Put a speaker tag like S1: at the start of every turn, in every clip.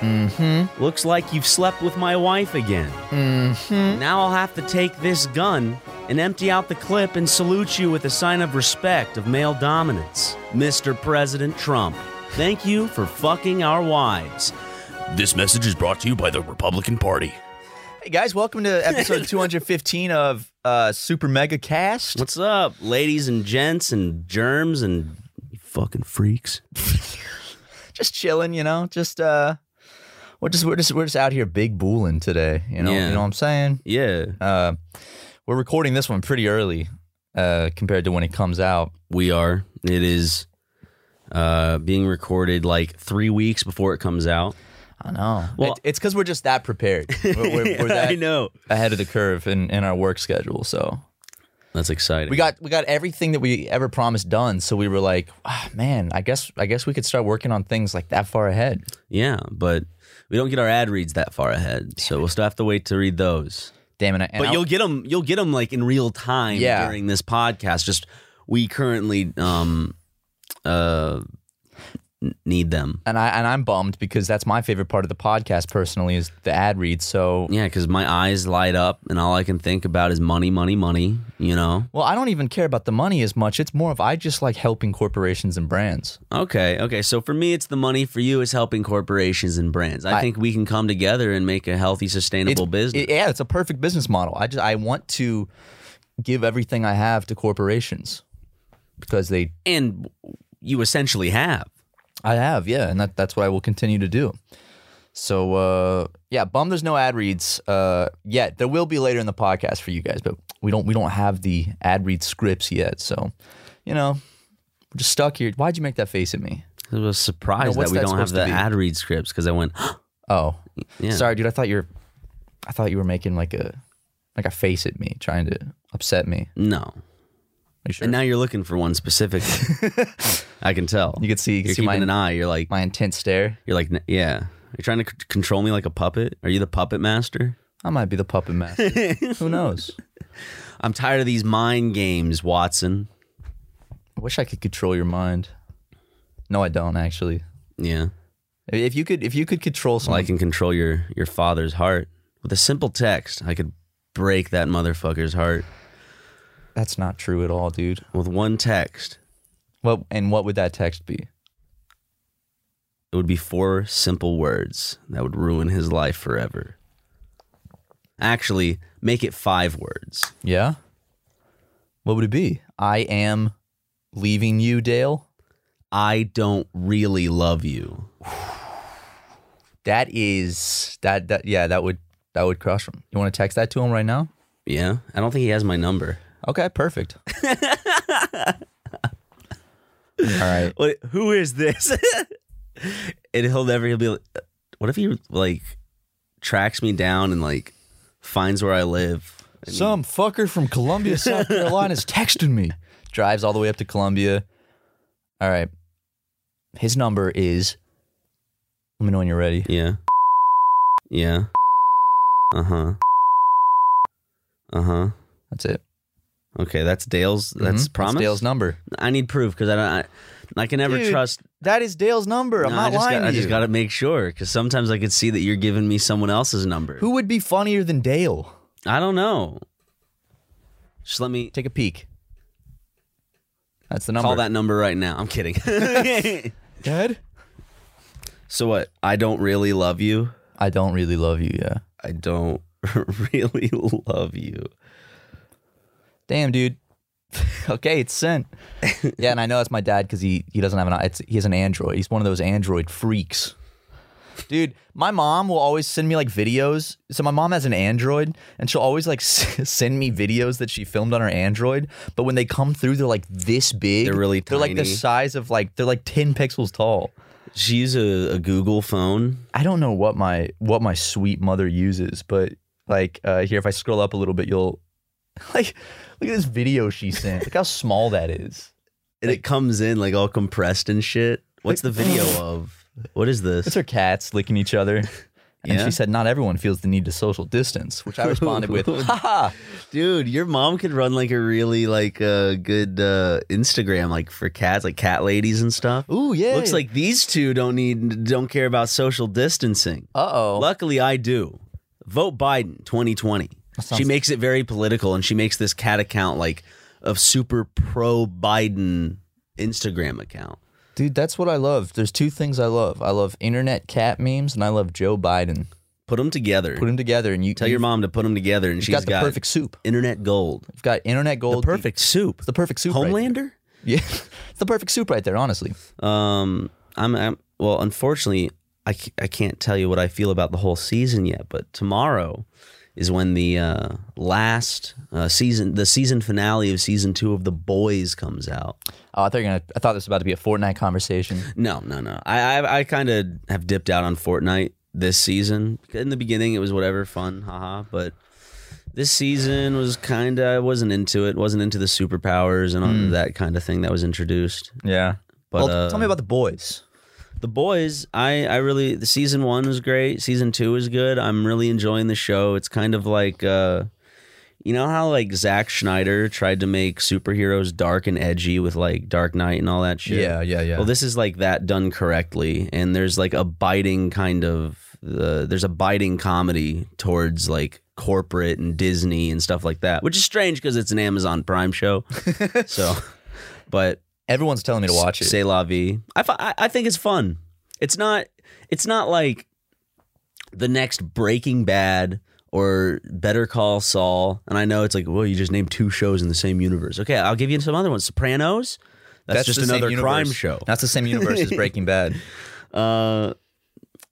S1: Mm-hmm. Looks like you've slept with my wife again. Mm-hmm. Now I'll have to take this gun and empty out the clip and salute you with a sign of respect of male dominance, Mr. President Trump. Thank you for fucking our wives.
S2: This message is brought to you by the Republican Party.
S3: Hey guys, welcome to episode 215 of uh, Super Mega Cast.
S1: What's up, ladies and gents and germs and you fucking freaks?
S3: just chilling, you know, just uh we're just we're just we're just out here big booling today, you know.
S1: Yeah.
S3: You know what I'm saying?
S1: Yeah,
S3: Uh we're recording this one pretty early uh compared to when it comes out.
S1: we are. It is uh, being recorded like three weeks before it comes out.
S3: I know.
S1: Well-
S3: it, it's cuz we're just that prepared. We're, we're, we're that
S1: I know.
S3: ahead of the curve in in our work schedule, so
S1: That's exciting.
S3: we got we got everything that we ever promised done, so we were like, ah, man, I guess I guess we could start working on things like that far ahead.
S1: yeah, but we don't get our ad reads that far ahead, so we'll still have to wait to read those.
S3: Damn it. and
S1: but
S3: I-
S1: you'll get them. You'll get them like in real time
S3: Yeah.
S1: during this podcast. Just we currently um uh n- need them.
S3: and I and I'm bummed because that's my favorite part of the podcast personally is the ad read. So
S1: Yeah, because my eyes light up, and all I can think about is money, money, money. You know.
S3: well, I don't even care about the money as much. It's more of I just like helping corporations and brands.
S1: Okay, okay. So for me, it's the money. For you, it's helping corporations and brands. I,
S3: I-
S1: think we can come together and make a healthy,
S3: It's
S1: sustainable business.
S3: it- yeah, it's a perfect business model. I just I want to give everything I have to corporations because they
S1: and you essentially have.
S3: I have yeah, and that, that's what I will continue to do. So uh, yeah, bum. There's no ad reads uh, yet. There will be later in the podcast for you guys, but we don't we don't have the ad read scripts yet. So you know, we're just stuck here. Why'd you make that face at me?
S1: I was surprised
S3: No,
S1: that
S3: what's
S1: we
S3: that
S1: don't have
S3: supposed to
S1: the
S3: be?
S1: ad read scripts because I went.
S3: Oh,
S1: Yeah.
S3: sorry, dude. I thought you were, I thought you were making like a, like a face at me, trying to upset me.
S1: No.
S3: You sure?
S1: And now you're looking for one specifically. I can tell.
S3: You can see- you can
S1: are
S3: see
S1: keeping
S3: my-
S1: an eye. You're like,
S3: My intense stare.
S1: you're like, "N- yeah. You're trying to c- control me like a puppet. Are you the puppet master?
S3: I might be the puppet master. Who knows?
S1: I'm tired of these mind games, Watson.
S3: I wish I could control your mind. No, I don't actually.
S1: Yeah.
S3: If you could, if you could control
S1: Well, I
S3: someone,
S1: can control your your father's heart with a simple text. I could break that motherfucker's heart
S3: that's not true at all, dude.
S1: with one text.
S3: What and what would that text be?
S1: It would be four simple words that would ruin his life forever. Actually, make it five words.
S3: Yeah. What would it be? I am leaving you, Dale.
S1: I don't really love you.
S3: That is that that yeah. That would that would crush him. You want to text that to him right now?
S1: Yeah, I don't think he has my number.
S3: Okay, perfect. All right.
S1: What? Who is this? and he'll never. He'll be. Like, what if he like tracks me down and like finds where I live? And he-
S3: Some fucker from Columbia, South Carolina is texting me. Drives all the way up to Columbia. All right. His number is Let me know when you're ready.
S1: Yeah. Yeah. Uh huh. Uh huh.
S3: That's it.
S1: Okay, Mm-hmm. that's Dale's. That's
S3: Mhm.
S1: promise.
S3: Dale's number.
S1: I need proof because I don't. I, I can never
S3: Dude.
S1: trust
S3: That is Dale's number. I'm
S1: No,
S3: not
S1: I just
S3: lying
S1: got,
S3: to
S1: I
S3: you.
S1: just got to make sure because sometimes I could see that you're giving me someone else's number.
S3: Who would be funnier than Dale?
S1: I don't know. Just let me
S3: Take a peek. That's the number.
S1: call that number right now. I'm kidding.
S3: Dad?
S1: so what? I don't really love you.
S3: I don't really love you. Yeah.
S1: I don't really love you.
S3: Damn, dude. okay, it's sent. yeah, and I know that's my dad because he he doesn't have an it's, he has an Android. He's one of those Android freaks. Dude, my mom will always send me like videos. So my mom has an Android, and she'll always like s- send me videos that she filmed on her Android. But when they come through, they're like this big.
S1: They're really
S3: They're like the
S1: tiny.
S3: size of like they're like ten pixels tall.
S1: She's a, a Google phone.
S3: I don't know what my what my sweet mother uses, but like uh here if I scroll up a little bit you'll like look at this video she sent. Look how small that is.
S1: And it comes in like all compressed and shit. What's the video of? What is
S3: It's
S1: this?
S3: her cats licking each other. And
S1: Yeah?
S3: she said not everyone feels the need to social distance, which I responded with, haha.
S1: Dude, your mom could run like a really like uh, good uh, Instagram like for cats, like cat ladies and stuff.
S3: Ooh, yeah.
S1: Looks like these two don't need don't care about social distancing.
S3: uh-oh.
S1: Luckily, I do. Vote Biden 2020. She makes it very political, and she makes this cat account like a super pro Biden Instagram account.
S3: Dude, that's what I love. There's two things I love. I love internet cat memes and I love Joe Biden.
S1: Put them together.
S3: Put them together and you
S1: Tell your mom to put them together, and
S3: you've
S1: she's
S3: got the perfect soup.
S1: internet gold.
S3: You've got internet gold.
S1: the perfect soup.
S3: It's the perfect soup. right there.
S1: Homelander.
S3: yeah. It's the perfect soup right there, honestly.
S1: Um, I'm, I'm well. Unfortunately, I, c- I can't tell you what I feel about the whole season yet. But tomorrow is when the uh, last uh, season, the season finale of season two of The Boys comes out.
S3: Oh, I thought you were gonna. I thought this was about to be a Fortnite conversation.
S1: No, no, no. I I, I kind of have dipped out on Fortnite this season. In the beginning, it was whatever fun, haha. But this season was kind of I wasn't into it. Wasn't into the superpowers and all that kind of thing that was introduced.
S3: Yeah.
S1: But,
S3: well,
S1: uh,
S3: tell me about the boys.
S1: The boys, I I really the season one was great. Season two is good. I'm really enjoying the show. It's kind of like uh you know how like Zack Schneider tried to make superheroes dark and edgy with like Dark Knight and all that shit.
S3: yeah, yeah.
S1: Well, this is like that done correctly, and there's like a biting kind of uh, there's a biting comedy towards like corporate and Disney and stuff like that, which is strange because it's an Amazon Prime show. so, but
S3: Everyone's telling me to watch it.
S1: Say la vie. I, fi- I I think it's fun. It's not. It's not like the next Breaking Bad or Better Call Saul. And I know it's like, well, you just named two shows in the same universe. Okay, I'll give you some other ones. Sopranos. That's, just
S3: the same
S1: another
S3: universe.
S1: crime show.
S3: That's the same universe as Breaking Bad.
S1: Uh,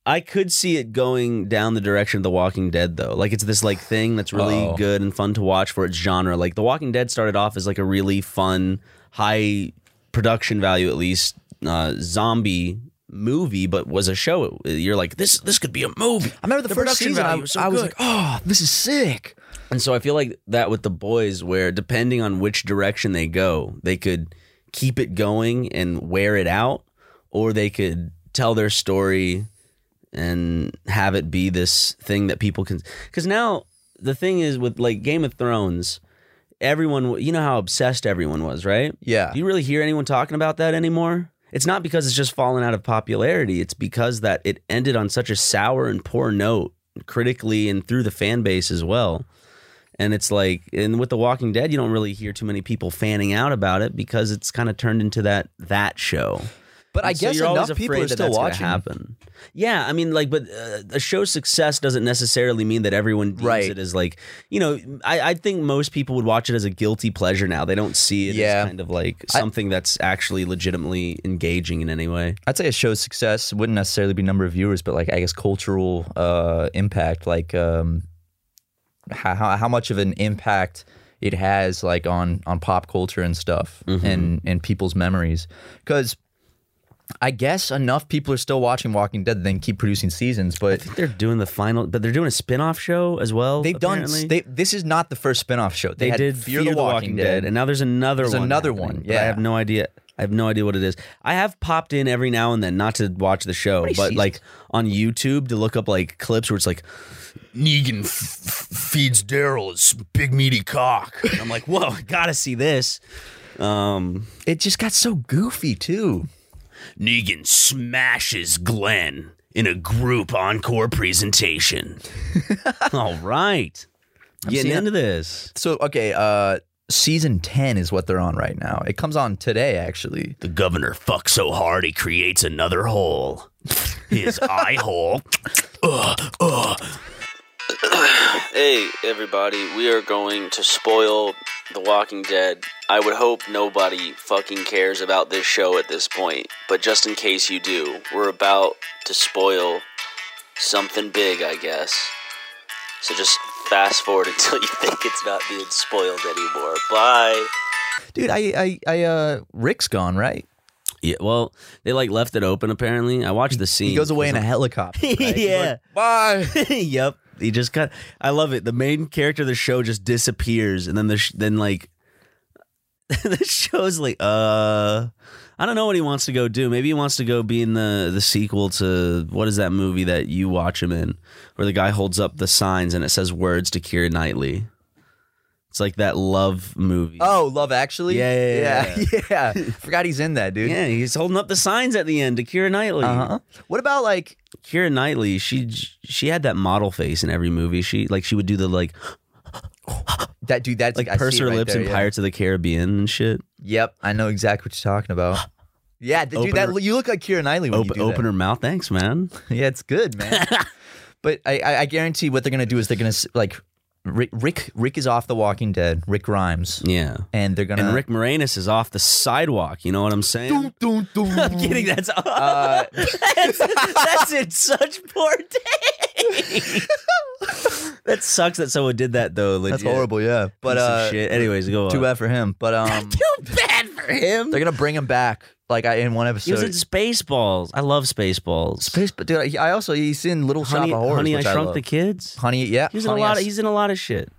S1: I could see it going down the direction of The Walking Dead, though. Like it's this like thing that's really
S3: Oh.
S1: good and fun to watch for its genre. Like The Walking Dead started off as like a really fun, high production value at least uh, zombie movie, but was a show. You're like this. This could be a movie.
S3: I remember the, first
S1: production
S3: season. I,
S1: value is so
S3: I was
S1: good.
S3: like, oh, this is sick.
S1: And so I feel like that with the boys, where depending on which direction they go, they could keep it going and wear it out, or they could tell their story and have it be this thing that people can. Because now the thing is with like Game of Thrones, everyone, w- you know how obsessed everyone was, right?
S3: Yeah.
S1: Do you really hear anyone talking about that anymore? It's not because it's just fallen out of popularity. It's because that it ended on such a sour and poor note, critically and through the fan base as well. And it's like, and with The Walking Dead, you don't really hear too many people fanning out about it because it's kind of turned into that that show.
S3: But I
S1: And so
S3: guess
S1: you're always
S3: enough people
S1: afraid
S3: are
S1: that
S3: still
S1: that's gonna
S3: watching.
S1: Happen. Yeah, I mean, like, but uh, a show's success doesn't necessarily mean that everyone deems
S3: Right.
S1: it as like, you know, I, I think most people would watch it as a guilty pleasure now. They don't see it
S3: Yeah.
S1: as kind of like something that's actually legitimately engaging in any way.
S3: I'd say a show's success wouldn't necessarily be number of viewers, but like I guess cultural uh, impact, like um, how how how much of an impact it has, like on on pop culture and stuff, and and people's memories, because. I guess enough people are still watching Walking Dead, then keep producing seasons. But
S1: They're doing the final, but they're doing a spin off show as well.
S3: they've done.
S1: apparently.
S3: They, this is not the first spinoff show. They,
S1: They
S3: had
S1: did
S3: Fear, the Walking, Dead,
S1: and now there's another
S3: There's
S1: one.
S3: another
S1: happening,
S3: one,
S1: but I
S3: yeah.
S1: have no idea. I have no idea what it is. I have popped in every now and then, not to watch the show, but
S3: seasons?
S1: like on YouTube to look up like clips where it's like
S2: Negan f- f- feeds Daryl his big meaty cock.
S1: And I'm like, whoa, I gotta see this. Um,
S3: it just got so goofy too.
S1: Negan smashes Glenn in a group encore presentation. All right. Getting
S3: seeing it.
S1: into this.
S3: So okay, uh season 10 is what they're on right now. It comes on today actually.
S1: The governor fucks so hard he creates another hole. His eye hole.
S4: Hey, everybody, we are going to spoil The Walking Dead. I would hope nobody fucking cares about this show at this point, but just in case you do, we're about to spoil something big, I guess. So just fast forward until you think it's not being spoiled anymore. Bye!
S3: Dude, I I I uh Rick's gone, right?
S1: Yeah, well, they like left it open apparently. I watched the scene.
S3: He goes away in a helicopter. right? He's
S1: Yeah.
S3: like, Bye.
S1: yep. He just got. I love it. The main character of the show just disappears, and then the sh- then like the show's like, uh, I don't know what he wants to go do. Maybe he wants to go be in the the sequel to what is that movie that you watch him in, where the guy holds up the signs and it says words to Keira Knightley. It's like that love movie.
S3: Oh, Love Actually?
S1: Yeah, yeah, yeah,
S3: Yeah. yeah. Forgot he's in that, dude.
S1: Yeah, he's holding up the signs at the end to Keira Knightley.
S3: Uh-huh. What about like
S1: Kira Knightley, she she had that model face in every movie. She like she would do the like
S3: that dude that's
S1: like
S3: I see
S1: purse
S3: it
S1: her
S3: right
S1: lips
S3: there,
S1: in
S3: yeah.
S1: Pirates of the Caribbean and shit.
S3: Yep, I know exactly what you're talking about. Yeah, th- dude,
S1: Open
S3: that you look like Kieran Knightley when you
S1: Open
S3: do
S1: open her mouth. Thanks, man.
S3: that. Yeah, it's good, man. but I, I, I guarantee what they're gonna do is they're gonna s- like Rick, Rick Rick is off The Walking Dead. Rick Rhymes,
S1: Yeah.
S3: and they're gonna
S1: And Rick Moranis is off the sidewalk. You know what I'm saying? I'm kidding. That's
S3: Uh,
S1: that's, that's in such poor taste. that sucks that someone did that though.
S3: that's
S1: legit.
S3: horrible. Yeah, but
S1: Piece of
S3: uh,
S1: shit. Anyways, go on.
S3: too bad for him. But um,
S1: Too bad for him.
S3: they're gonna bring him back. Like I in one
S1: He was
S3: episode.
S1: in Spaceballs. I love Spaceballs.
S3: Space, but dude, I I also he's in Little
S1: honey,
S3: Shop of Horrors.
S1: honey, I
S3: which I
S1: shrunk
S3: love.
S1: the kids.
S3: Honey, yeah,
S1: He was in
S3: honey,
S1: a lot.
S3: I
S1: Of, he's in a lot of shit.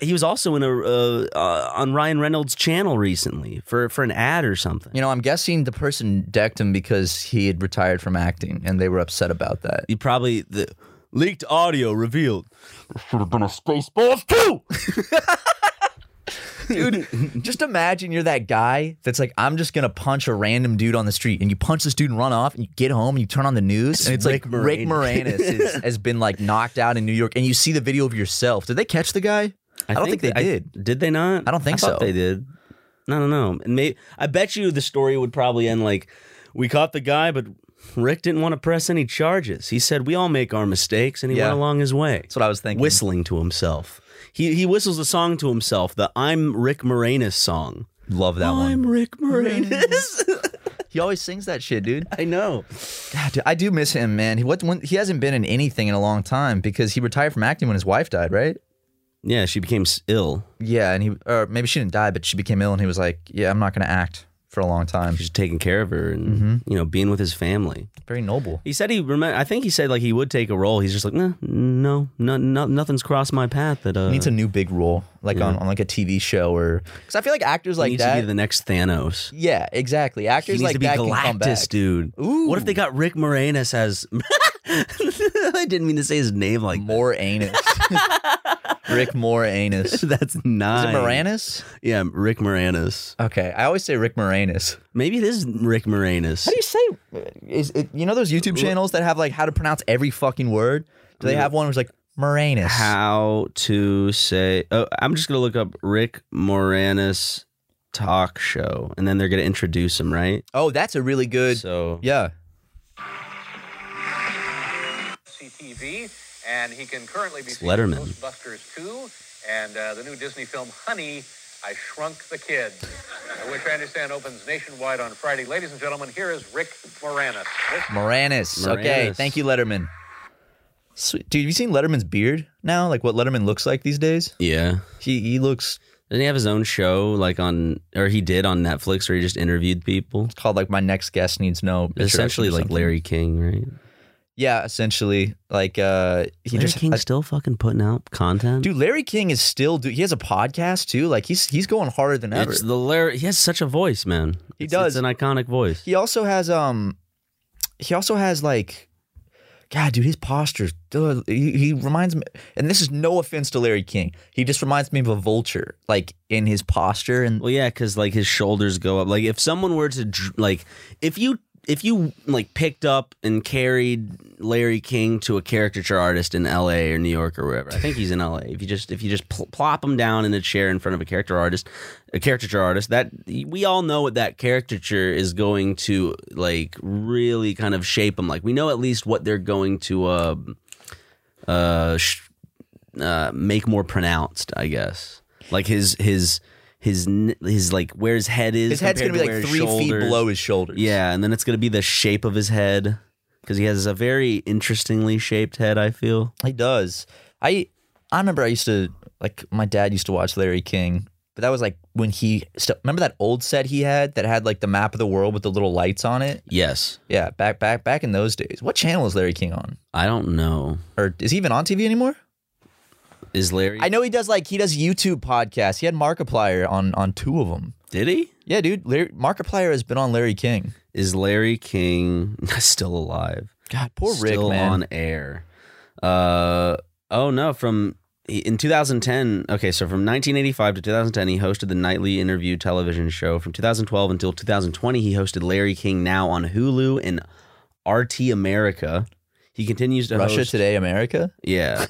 S1: He was also in a uh, uh, on Ryan Reynolds' channel recently for for an ad or something.
S3: You know, I'm guessing the person decked him because he had retired from acting and they were upset about that.
S1: He probably the leaked audio revealed.
S3: Dude, just imagine you're that guy that's like, I'm just gonna punch a random dude on the street and you punch this dude and run off and you get home and you turn on the news and it's
S1: Rick
S3: like Rick Moranis is, has been like knocked out in New York and you see the video of yourself. Did they catch the guy? I, don't think, they
S1: I-
S3: did.
S1: did they not?
S3: I don't think
S1: thought
S3: so.
S1: They did. No, no, no. And may I bet you the story would probably end like we caught the guy, but Rick didn't want to press any charges. He said we all make our mistakes, and he
S3: Yeah.
S1: went along his way.
S3: That's what I was thinking.
S1: whistling to himself. He he whistles a song to himself, the "I'm Rick Moranis" song.
S3: Love that
S1: I'm
S3: one.
S1: Rick Moranis.
S3: He always sings that shit, dude.
S1: I know.
S3: God, dude, I do miss him, man. He, what, when, he hasn't been in anything in a long time because he retired from acting when his wife died, right?
S1: Yeah, she became s- ill.
S3: Yeah, and he or maybe she didn't die, but she became ill, and he was like, "Yeah, I'm not going to act for a long time."
S1: She's taking care of her and
S3: Mm-hmm.
S1: you know being with his family.
S3: Very noble.
S1: He said he rem- I think he said like he would take a role. He's just like nah, no, no, no, nothing's crossed my path that uh,
S3: He needs a new big role, like on, on like a TV show, or because I feel like actors
S1: he
S3: like
S1: needs to
S3: that.
S1: be the next Thanos.
S3: yeah, exactly.
S1: He
S3: Actors
S1: needs
S3: like
S1: to be
S3: that can come
S1: Galactus,
S3: back.
S1: dude. What if they got Rick Moranis as? I didn't mean to say his name like
S3: More anus. Rick More anus. Is it
S1: that's nine.
S3: Moranis?
S1: Yeah, Rick Moranis.
S3: Okay, I always say Rick Moranis.
S1: Maybe it is Rick Moranis.
S3: How do you say? Is it you know those YouTube channels that have like how to pronounce every fucking word? Do they have one who's like Moranis?
S1: How to say? Oh, I'm just gonna look up Rick Moranis talk show, and then they're gonna introduce him, right?
S3: Oh, that's a really good.
S1: So
S3: yeah.
S5: CTV, and he can currently be seen in
S1: Letterman.
S5: Ghostbusters 2 and uh, the new Disney film Honey, I Shrunk the Kid, uh, which I understand opens nationwide on Friday. Ladies and gentlemen, here is Rick Moranis.
S3: Moranis. Okay,
S1: Moranis.
S3: thank you, Letterman. Sweet. Dude, have you seen Letterman's beard now? Like what Letterman looks like these days?
S1: yeah.
S3: He he looks
S1: Didn't he have his own show, like on, or he did on Netflix, where he just interviewed people?
S3: called like my next guest needs no introduction
S1: Essentially,
S3: or
S1: like
S3: something.
S1: Larry King, right?
S3: Yeah, essentially like uh he
S1: Larry
S3: just
S1: King's
S3: uh,
S1: still fucking putting out content.
S3: dude Larry King is still do he has a podcast too like he's he's going harder than ever.
S1: it's the Larry. He has such a voice, man.
S3: He
S1: It's-
S3: does.
S1: it's an iconic voice.
S3: he also has um he also has like God, dude, his posture. duh, He, he reminds me, and this is no offense to Larry King. He just reminds me of a vulture, like in his posture and
S1: Well, yeah, because like his shoulders go up. Like if someone were to dr- like, if you if you like picked up and carried Larry King to a caricature artist in L.A. or New York or wherever, I think he's in L.A. If you just if you just pl- plop him down in a chair in front of a character artist, a caricature artist that we all know what that caricature is going to like really kind of shape them. Like we know at least what they're going to uh, uh, sh- uh, make more pronounced, I guess. Like his his his n- his like where his head is.
S3: His head's
S1: compared to where
S3: gonna be like
S1: his
S3: three
S1: shoulder-
S3: feet below his shoulders.
S1: Yeah, and then it's gonna be the shape of his head because he has a very interestingly shaped head. I feel.
S3: He does. I I remember I used to like my dad used to watch Larry King, but that was like when he st- remember that old set he had that had like the map of the world with the little lights on it.
S1: Yes,
S3: Yeah, back back back in those days. What channel is Larry King on?
S1: I don't know.
S3: Or is he even on TV anymore?
S1: Is Larry?
S3: I know he does like he does YouTube podcasts. He had Markiplier on on two of them.
S1: Did he?
S3: Yeah, dude, Larry, Markiplier has been on Larry King.
S1: Is Larry King still alive?
S3: God, poor Rick,
S1: still
S3: man.
S1: on air. Uh oh no, from in 2010. Okay, so from 1985 to 2010, he hosted the nightly interview television show. From 2012 until 2020, he hosted Larry King Now on Hulu and RT America. He continues to
S3: Russia
S1: host
S3: Today, America.
S1: Yeah.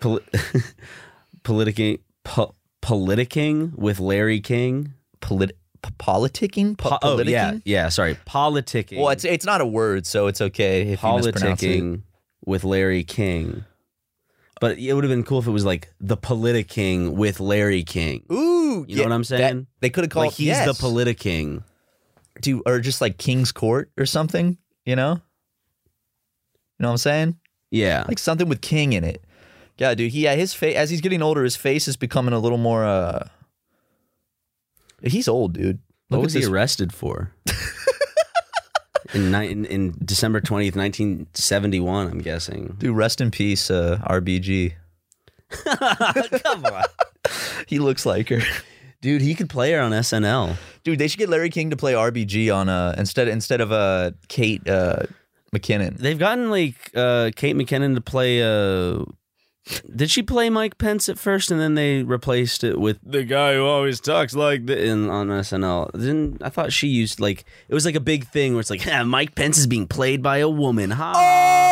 S1: Poli- politicking, po- politicking with Larry King.
S3: Polit- p- politicking, Po-
S1: Po- oh yeah,
S3: politicking?
S1: yeah. Sorry, politicking.
S3: Well, it's it's not a word, so it's okay if you mispronounce it.
S1: politicking with Larry King. But it would have been cool if it was like the politicking with Larry King.
S3: Ooh,
S1: You know what I'm saying?
S3: they could have called
S1: like he's
S3: yes,
S1: the politicking.
S3: to, or just like King's Court or something. You know, you know what I'm saying?
S1: Yeah.
S3: Like something with King in it. Yeah, dude. He yeah, his face as he's getting older, his face is becoming a little more. uh He's old, dude.
S1: what
S3: Look
S1: was
S3: at
S1: he
S3: this.
S1: arrested for? in, ni- in in December 20th, 1971, I'm guessing.
S3: Dude, rest in peace, uh, RBG.
S1: Come on.
S3: He looks like her.
S1: Dude, he could play her on SNL.
S3: Dude, they should get Larry King to play RBG on uh instead instead of uh Kate uh McKinnon.
S1: They've gotten like uh, Kate McKinnon to play. Uh, did she play Mike Pence at first, and then they replaced it with the guy who always talks like the in on SNL? Didn't I thought she used like it was like a big thing where it's like "Ah, Mike Pence is being played by a woman. Ha.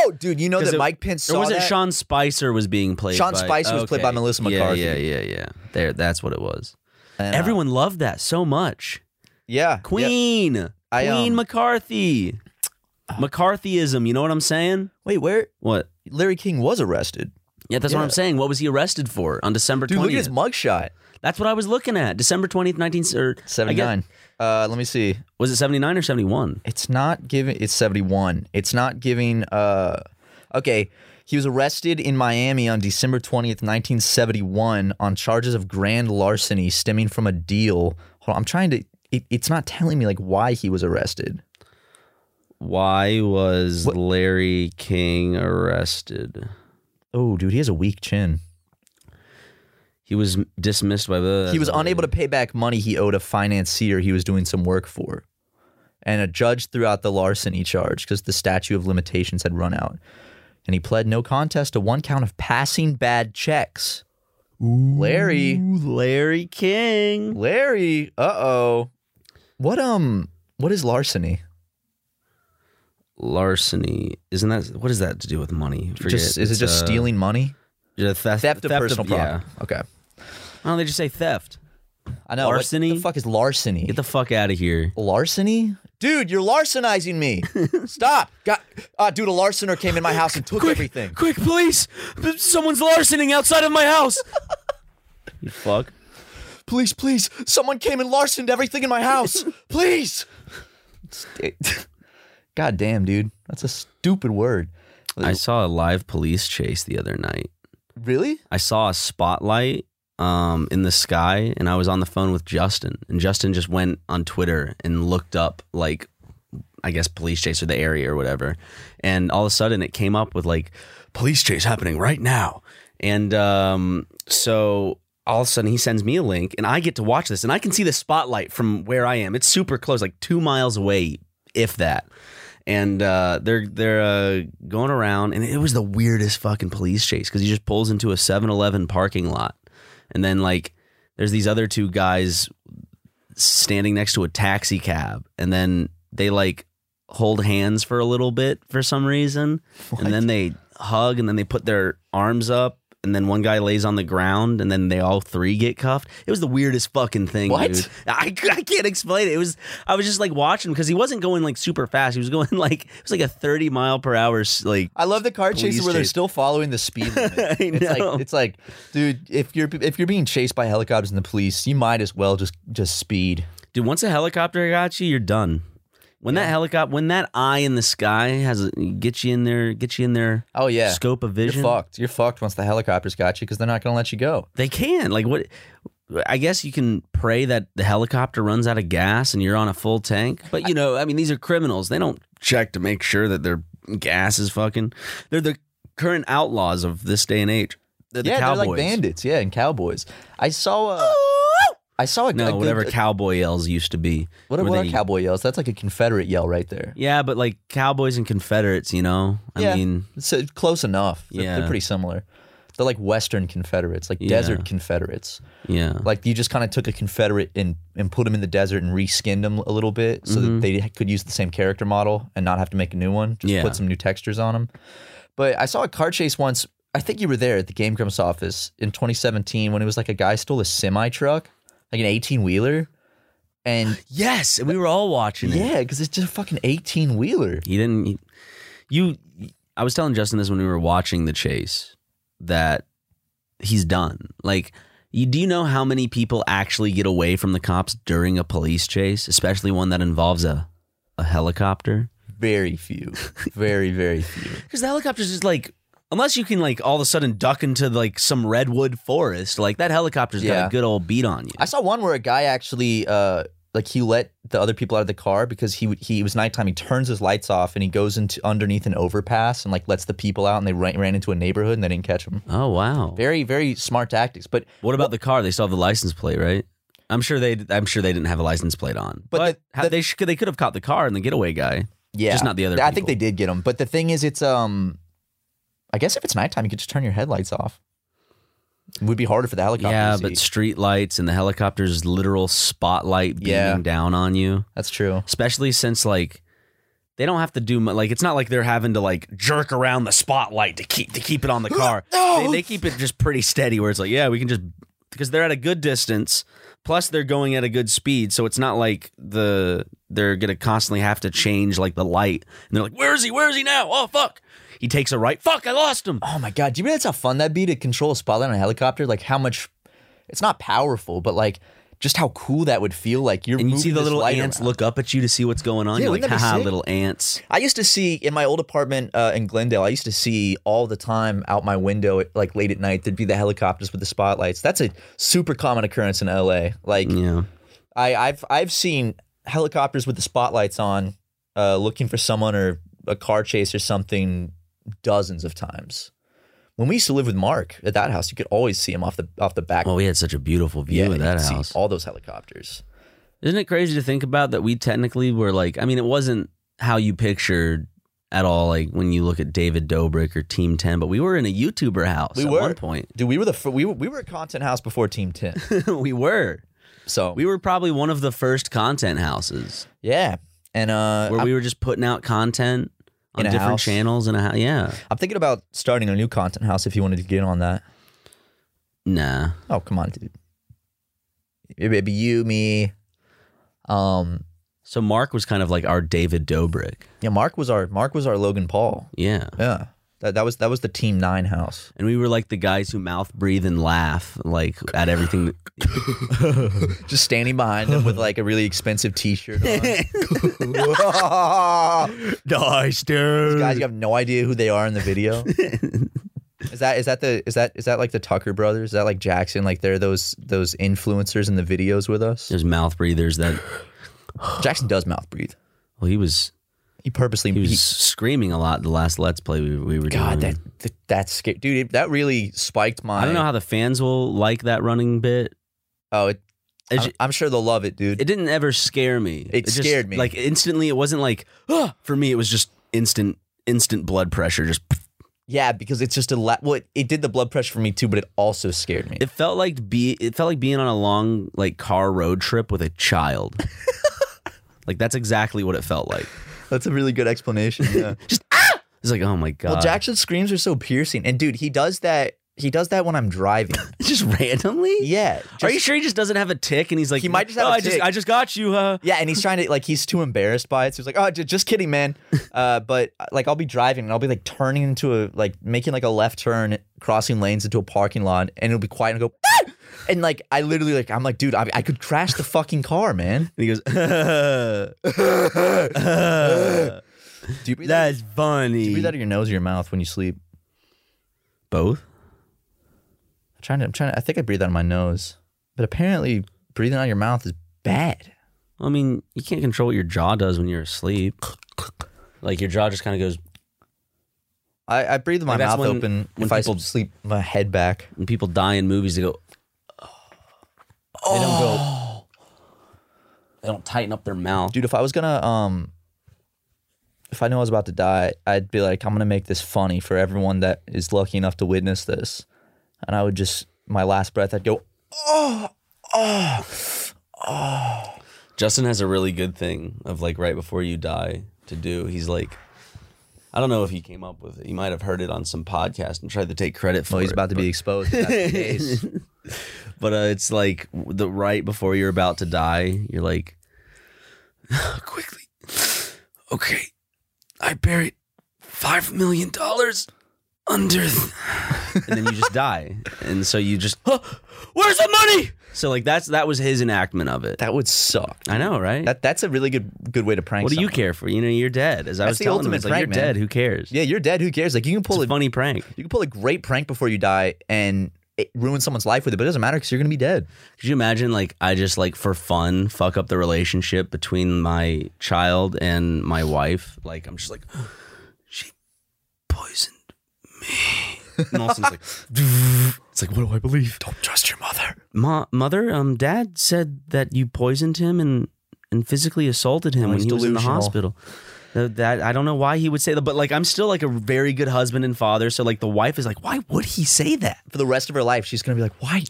S3: Oh, dude, you know
S1: 'Cause
S3: that
S1: it-
S3: Mike Pence saw
S1: or was it
S3: that?
S1: Sean Spicer was being played?
S3: Sean
S1: by,
S3: Spicer was played by Melissa McCarthy.
S1: Yeah, yeah, yeah, yeah. There, that's what it was.
S3: And, uh,
S1: Everyone loved that so much.
S3: yeah, yeah.
S1: Queen,
S3: I,
S1: Queen
S3: um, uh,
S1: McCarthy, McCarthyism. You know what I'm saying?
S3: Wait, where
S1: What?
S3: Larry King was arrested?
S1: Yeah, that's what I'm
S3: Yeah.
S1: saying. What was he arrested for on December
S3: Dude, look at his
S1: 20th?
S3: mugshot.
S1: That's what I was looking at. December 20th, 19 or I guess-
S3: Seventy nine. Uh, let me see.
S1: Was it 79 or 71?
S3: It's not giving. It's seventy one. It's not giving. Uh, okay. He was arrested in Miami on December twentieth, nineteen seventy one, on charges of grand larceny stemming from a deal. Hold on, I'm trying to. It, it's not telling me like why he was arrested.
S1: Why was Larry King arrested?
S3: Oh, dude, he has a weak chin.
S1: He was dismissed by the.
S3: he was unable to pay back money he owed a financier he was doing some work for. And a judge threw out the larceny charge because the statute of limitations had run out. And he pled no contest to one count of passing bad checks. Larry,
S1: Larry King.
S3: Larry, uh oh. What um what is larceny?
S1: Larceny. Isn't that. What is that to do with money? I forget.
S3: Just is
S1: It's,
S3: it just
S1: uh,
S3: stealing money?
S1: yeah, theft,
S3: Theft of personal property.
S1: Yeah.
S3: Okay.
S1: Oh, they just say theft.
S3: I know. what
S1: Larceny?
S3: the fuck is larceny?
S1: Get the fuck out of here.
S3: larceny? Dude, you're larcenizing me. Stop. Got, uh, dude, a larcener came in my house and took everything.
S1: Quick, please! Someone's larcening outside of my house! you fuck.
S3: Please, please, someone came and larcened everything in my house. Please. God damn, dude. That's a stupid word.
S1: I saw a live police chase the other night.
S3: Really?
S1: I saw a spotlight um, in the sky, and I was on the phone with Justin, and Justin just went on Twitter and looked up like. I guess police chase or the area or whatever. And all of a sudden it came up with like police chase happening right now. And um, so all of a sudden he sends me a link and I get to watch this and I can see the spotlight from where I am. It's super close, like two miles away, if that. And uh, they're they're uh, going around, and it was the weirdest fucking police chase because he just pulls into a 7-Eleven parking lot, and then like there's these other two guys standing next to a taxi cab, and then they like hold hands for a little bit for some reason, and then they hug, and then they put their arms up, and then one guy lays on the ground, and then they all three get cuffed. It was the weirdest fucking thing,
S3: What?
S1: dude. I, I can't explain it. It was I was just like watching because he wasn't going like super fast. He was going like it was like a thirty mile per hour s- like.
S3: I love the car
S1: Police
S3: chases where they're
S1: chase.
S3: still following the speed limit.
S1: I
S3: It's
S1: know.
S3: like it's like, dude, if you're if you're being chased by helicopters and the police, you might as well just just speed.
S1: Dude, once a helicopter got you, you're done. When that helicopter, when that eye in the sky has a, gets you in there, get you in their
S3: Oh yeah,
S1: scope of
S3: you're
S1: vision.
S3: fucked. You're fucked once the helicopters got you because they're not gonna let you go.
S1: They can like what? I guess you can pray that the helicopter runs out of gas and you're on a full tank. But you know, I mean, these are criminals. They don't check to make sure that their gas is fucking. They're the current outlaws of this day and age. They're the
S3: yeah,
S1: cowboys.
S3: they're like bandits. Yeah, and cowboys. I saw a. I saw a
S1: No,
S3: a good-
S1: whatever cowboy yells used to be.
S3: What,
S1: where
S3: what
S1: they-
S3: are cowboy yells? That's like a Confederate yell right there.
S1: Yeah, but like cowboys and Confederates, you know. I
S3: Yeah.
S1: mean,
S3: So close enough. They're, they're
S1: Yeah.
S3: pretty similar. They're like Western Confederates, like
S1: Yeah.
S3: desert Confederates.
S1: yeah.
S3: Like you just kind of took a Confederate and and put him in the desert and reskinned him a little bit so that they could use the same character model and not have to make a new one. Just
S1: Yeah.
S3: put some new textures on them. But I saw a car chase once. I think you were there at the Game Grumps office in 2017 when it was like a guy stole a semi truck, like an 18 wheeler, and
S1: Yes, and we were all watching it.
S3: yeah, because it's just a fucking 18 wheeler.
S1: He didn't. he- you. I was telling Justin this when we were watching the chase that he's done. Like, you, do you know how many people actually get away from the cops during a police chase, especially one that involves a a helicopter?
S3: Very few, very very few.
S1: Because the helicopter's just like. Unless you can like all of a sudden duck into like some redwood forest, like that helicopter's got
S3: Yeah.
S1: a good old beat on you.
S3: I saw one where a guy actually uh like he let the other people out of the car because he would- he it was nighttime. He turns his lights off and he goes into underneath an overpass and like lets the people out and they ran, ran into a neighborhood and they didn't catch him.
S1: oh wow!
S3: Very very smart tactics, but
S1: What about the car? They still have the license plate, right? I'm sure they. I'm sure they didn't have a license plate on.
S3: But
S1: But,
S3: the-
S1: how,
S3: the-
S1: they sh- they could have caught the car and the getaway guy.
S3: yeah,
S1: Just not the other
S3: I think
S1: people.
S3: they did get him, but the thing is, it's um, I guess if it's nighttime, you could just turn your headlights off. It would be harder for the helicopter.
S1: yeah,
S3: to
S1: but
S3: see.
S1: street lights and the helicopter's literal spotlight beaming
S3: Yeah.
S1: down on you,
S3: that's true.
S1: especially since like they don't have to do mu- like it's not like they're having to like jerk around the spotlight to keep to keep it on the car. they, they keep it just pretty steady where it's like yeah we can just because they're at a good distance plus they're going at a good speed so it's not like the they're gonna constantly have to change like the light and they're like where is he where is he now oh fuck he takes a right fuck I lost him
S3: Oh my god, do you realize how fun that'd be to control a spotlight on a helicopter? Like how much it's not powerful, but like just how cool that would feel. Like you're
S1: and you
S3: moving
S1: see the
S3: this
S1: little
S3: light
S1: ants
S3: around.
S1: look up at you to see what's going on
S3: Yeah,
S1: you're like
S3: wouldn't that be
S1: haha
S3: sick?"
S1: little ants
S3: I used to see in my old apartment uh, in Glendale. I used to see all the time out my window, at, like late at night. There'd be the helicopters with the spotlights. That's a super common occurrence in LA. Like
S1: yeah
S3: I, I've I've seen helicopters with the spotlights on, uh, looking for someone or a car chase or something, dozens of times. When we used to live with Mark at that house, you could always see him off the off the back.
S1: Well, we had such a beautiful view
S3: you
S1: of that
S3: could see
S1: house.
S3: all those helicopters.
S1: Isn't it crazy to think about that we technically were like, I mean, it wasn't how you pictured at all, like when you look at David Dobrik or Team 10, but we were in a YouTuber house
S3: We
S1: at
S3: were.
S1: one point.
S3: Dude, we were the fir- we were, we were a content house before Team Ten,
S1: we were.
S3: so
S1: We were probably one of the first content houses
S3: yeah. And uh,
S1: where
S3: I'm,
S1: we were just putting out content on
S3: In a
S1: different
S3: house.
S1: channels and a house. Yeah.
S3: I'm thinking about starting a new content house if you wanted to get on that.
S1: Nah.
S3: Oh come on, dude. It'd be you, me. Um,
S1: So Mark was kind of like our David Dobrik.
S3: yeah. Mark was our Mark was our Logan Paul.
S1: Yeah.
S3: Yeah. That, that was that was the team nine house.
S1: And we were like the guys who mouth breathe and laugh like at everything. that-
S3: Just standing behind him with like a really expensive T-shirt. on.
S1: nice, dude.
S3: Guys, you have no idea who they are in the video. Is that is that the is that is that like the Tucker brothers? Is that like Jackson? Like they're those those influencers in the videos with us.
S1: There's mouth breathers that
S3: Jackson does mouth breathe.
S1: Well, he was
S3: He purposely.
S1: he was
S3: he-
S1: screaming a lot the last Let's Play we, we were
S3: God,
S1: doing.
S3: that, that that's scary, dude. It, that really spiked my.
S1: I don't know how the fans will like that running bit.
S3: Oh, it,
S1: It's
S3: I'm,
S1: ju-
S3: I'm sure they'll love it, dude.
S1: it didn't ever scare me.
S3: It
S1: just,
S3: scared me.
S1: Like instantly, it wasn't like "Ah!" for me. It was just instant, instant blood pressure. Just
S3: yeah, because it's just a la- well, it, it did the blood pressure for me too, but it also scared me.
S1: it felt like be it felt like being on a long like car road trip with a child. Like that's exactly what it felt like.
S3: That's a really good explanation. Yeah. Uh,
S1: It's like, oh my god.
S3: well, Jackson's screams are so piercing, and dude, he does that. He does that when I'm driving.
S1: just randomly.
S3: yeah.
S1: Are
S3: just-
S1: you sure he just doesn't have a tick? And he's like,
S3: He might just have
S1: oh,
S3: a
S1: I just,
S3: tick."
S1: I just got you. Uh.
S3: Yeah, and he's trying to like he's too embarrassed by it. So he's like, "Oh, j- just kidding, man." Uh, but like I'll be driving and I'll be like turning into a like making like a left turn, crossing lanes into a parking lot, and it'll be quiet and I'll go. "Ah!" And like I literally like I'm like, dude, I, I could crash the fucking car, man.
S1: And he goes, that's
S3: Do you breathe, out, do you
S1: funny.
S3: breathe out of your nose or your mouth when you sleep?
S1: Both.
S3: I'm trying to. I'm trying to. I think I breathe out of my nose, but apparently breathing out of your mouth is bad.
S1: I mean, you can't control what your jaw does when you're asleep. Like your jaw just kind of goes.
S3: I, I breathe with my
S1: Like, that's
S3: mouth
S1: when-
S3: open
S1: when
S3: if I
S1: people-
S3: sleep my head back.
S1: When people die in movies, they go.
S3: They don't go.
S1: Oh! They don't tighten up their mouth.
S3: dude if i was gonna um if i knew i was about to die i'd be like i'm gonna make this funny for everyone that is lucky enough to witness this and i would just my last breath i'd go
S1: Justin has a really good thing of like right before you die to do. He's like, I don't know if he came up with it. He might have heard it on some podcast and tried to take credit for
S3: oh he's
S1: it,
S3: about to
S1: but-
S3: be exposed if that's the case.
S1: But uh, it's like w- the right before you're about to die, you're like, quickly, okay, I buried five million dollars under, th-" and then you just die, and so you just, "Huh, where's the money? So like that's that was his enactment of it.
S3: that would suck
S1: I know, right?
S3: that that's a really good good way to prank
S1: what do you
S3: someone.
S1: care for? You know, you're dead. As I
S3: That's
S1: was
S3: the
S1: telling him,
S3: ultimate
S1: it's like
S3: prank,
S1: you're
S3: man.
S1: dead. Who cares?
S3: yeah you're dead who cares like you can pull
S1: it's
S3: a,
S1: a funny prank.
S3: you can pull a great prank before you die and it ruins someone's life with it but it doesn't matter because you're gonna be dead
S1: Could you imagine, like, I just like for fun fuck up the relationship between my child and my wife? Like, I'm just like, she poisoned me. And Austin's like, it's like, what do I believe? Don't trust your mother. Ma- mother, um, dad said that you poisoned him and and physically assaulted him
S3: Oh,
S1: when
S3: he's
S1: he was in the
S3: delusional.
S1: hospital. Th- That I don't know why he would say that, but like I'm still like a very good husband and father. So like the wife is like, why would he say that?
S3: for the rest of her life she's gonna be like why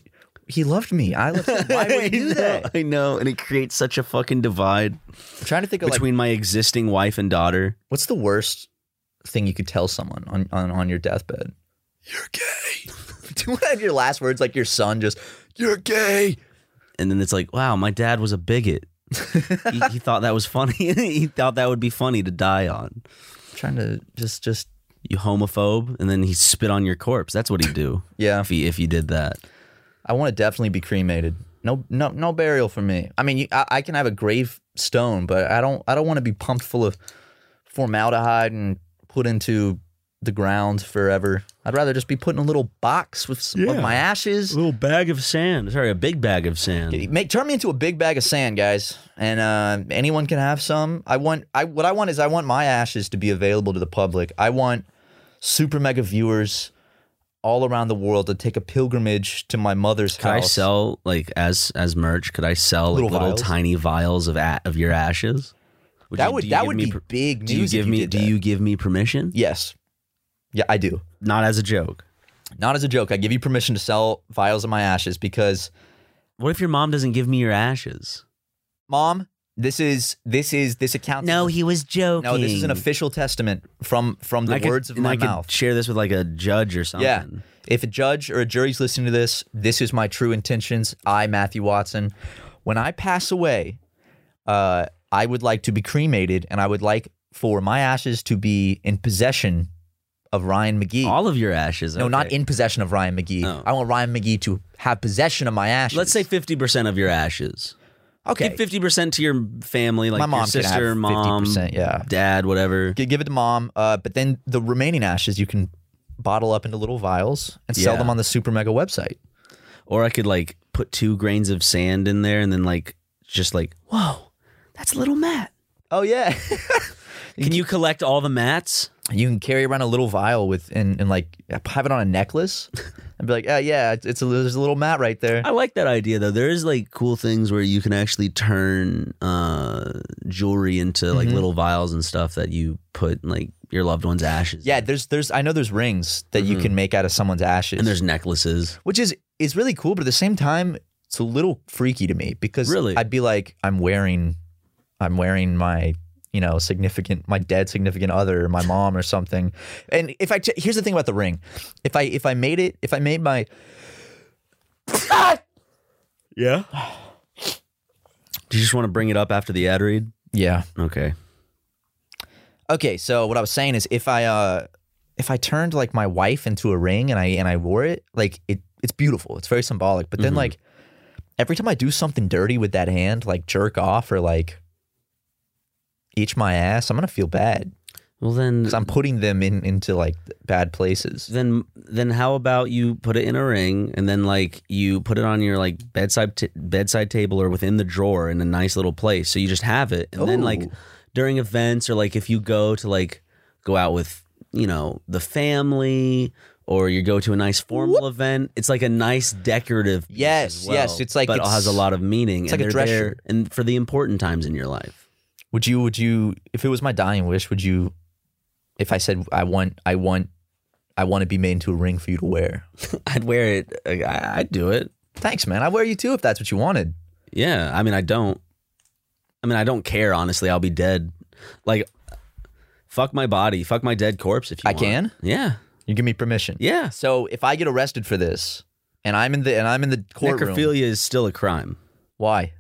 S3: he loved me i loved him why would he do that
S1: I know, and it creates such a fucking divide
S3: i'm trying to think of like
S1: between my existing wife and daughter.
S3: What's the worst thing you could tell someone on, on, on your deathbed? You're gay. Do one of your last words like your son just, you're gay.
S1: And then it's like, wow, my dad was a bigot. he, he thought that was funny. he thought that would be funny to die on.
S3: trying to just, just,
S1: You homophobe, and then he spit on your corpse. That's what he'd do
S3: yeah.
S1: if he if you did that.
S3: I want to definitely be cremated. No, no, no burial for me. I mean, you, I, I can have a gravestone, but I don't, I don't want to be pumped full of formaldehyde and put into the ground forever. I'd rather just be put in a little box with some of
S1: Yeah.
S3: my ashes.
S1: little bag of sand. Sorry, a big bag of sand.
S3: Make turn me into a big bag of sand, guys, and uh, anyone can have some. I want. I what I want is I want my ashes to be available to the public. I want super mega viewers all around the world to take a pilgrimage to my mother's
S1: Could I
S3: house.
S1: sell like as as merch? Could I sell like,
S3: Little
S1: little,
S3: vials?
S1: tiny vials of a- of your ashes?
S3: that
S1: you- do
S3: would
S1: you
S3: that
S1: give
S3: would
S1: me
S3: be
S1: per-
S3: big news.
S1: Do you
S3: if
S1: give me?
S3: did
S1: Do
S3: that.
S1: you give me permission?
S3: Yes. Yeah, I do.
S1: Not as a joke.
S3: Not as a joke. I give you permission to sell vials of my ashes because,
S1: What if your mom doesn't give me your ashes?
S3: mom, this is this is this account.
S1: he was joking.
S3: no, this is an official testament from from the words of my mouth.
S1: share this with like a judge or something.
S3: Yeah. If a judge or a jury's listening to this, this is my true intentions. I, Matthew Watson, when I pass away, uh, I would like to be cremated, and I would like for my ashes to be in possession of Ryan McGee.
S1: All of your ashes.
S3: no, not
S1: okay.
S3: in possession of Ryan McGee.
S1: Oh.
S3: I want Ryan McGee to have possession of my ashes.
S1: Let's say fifty percent of your ashes.
S3: okay,
S1: Give fifty percent to your family, like
S3: My
S1: your
S3: mom could have
S1: sister, mom,
S3: 50%, yeah.
S1: dad, whatever.
S3: G- give it to mom. Uh, but then the remaining ashes you can bottle up into little vials and sell
S1: Yeah.
S3: them on the Super Mega website.
S1: Or I could like put two grains of sand in there and then like just like whoa, that's little Matt.
S3: Oh yeah.
S1: Can you collect all the mats?
S3: you can carry around a little vial with and, and like have it on a necklace and be like, oh, yeah, it's- it's a, there's a little mat right there.
S1: I like that idea though. There is like cool things where you can actually turn uh, jewelry into
S3: Mm-hmm.
S1: like little vials and stuff that you put in, like your loved one's ashes.
S3: Yeah, there's there's I know there's rings that you can make out of someone's ashes,
S1: Mm-hmm. and there's necklaces.
S3: which is is really cool, but at the same time, it's a little freaky to me because
S1: Really?
S3: I'd be like, I'm wearing I'm wearing my you know significant my dead significant other or my mom or something. And if I t- here's the thing about the ring, if I if I made it if I made my
S1: Yeah. Do you just want to bring it up after the ad read?
S3: yeah
S1: Okay.
S3: Okay, so what I was saying is if I uh if I turned like my wife into a ring and I and I wore it, like it it's beautiful. It's very symbolic. But then like every time I do something dirty with that hand, like jerk off or like each my ass, I'm gonna feel bad.
S1: Well then,
S3: Because I'm putting them in into like bad places.
S1: then then how about you put it in a ring and then like you put it on your like bedside t- bedside table or within the drawer in a nice little place so you just have it and then like
S3: Ooh.
S1: during events or like if you go to like go out with you know the family or you go to a nice formal event it's like a nice decorative piece
S3: Yes,
S1: as well,
S3: yes, it's like
S1: but
S3: it's-
S1: it has a lot of meaning
S3: it's
S1: and
S3: like a
S1: they're
S3: dress
S1: there
S3: shirt.
S1: and for the important times in your life
S3: Would you would you if it was my dying wish, would you if I said I want I want I want to be made into a ring for you to wear?
S1: i'd wear it uh, I, i'd do it
S3: Thanks, man. I'd wear you too if that's what you wanted.
S1: Yeah, I mean, I don't. I mean, I don't care. Honestly, I'll be dead. Like, fuck my body, fuck my dead corpse. If you
S3: I
S1: want.
S3: can?
S1: yeah,
S3: You give me permission.
S1: yeah.
S3: So if I get arrested for this, and I'm in the and I'm in the courtroom,
S1: Necrophilia is still a crime.
S3: why?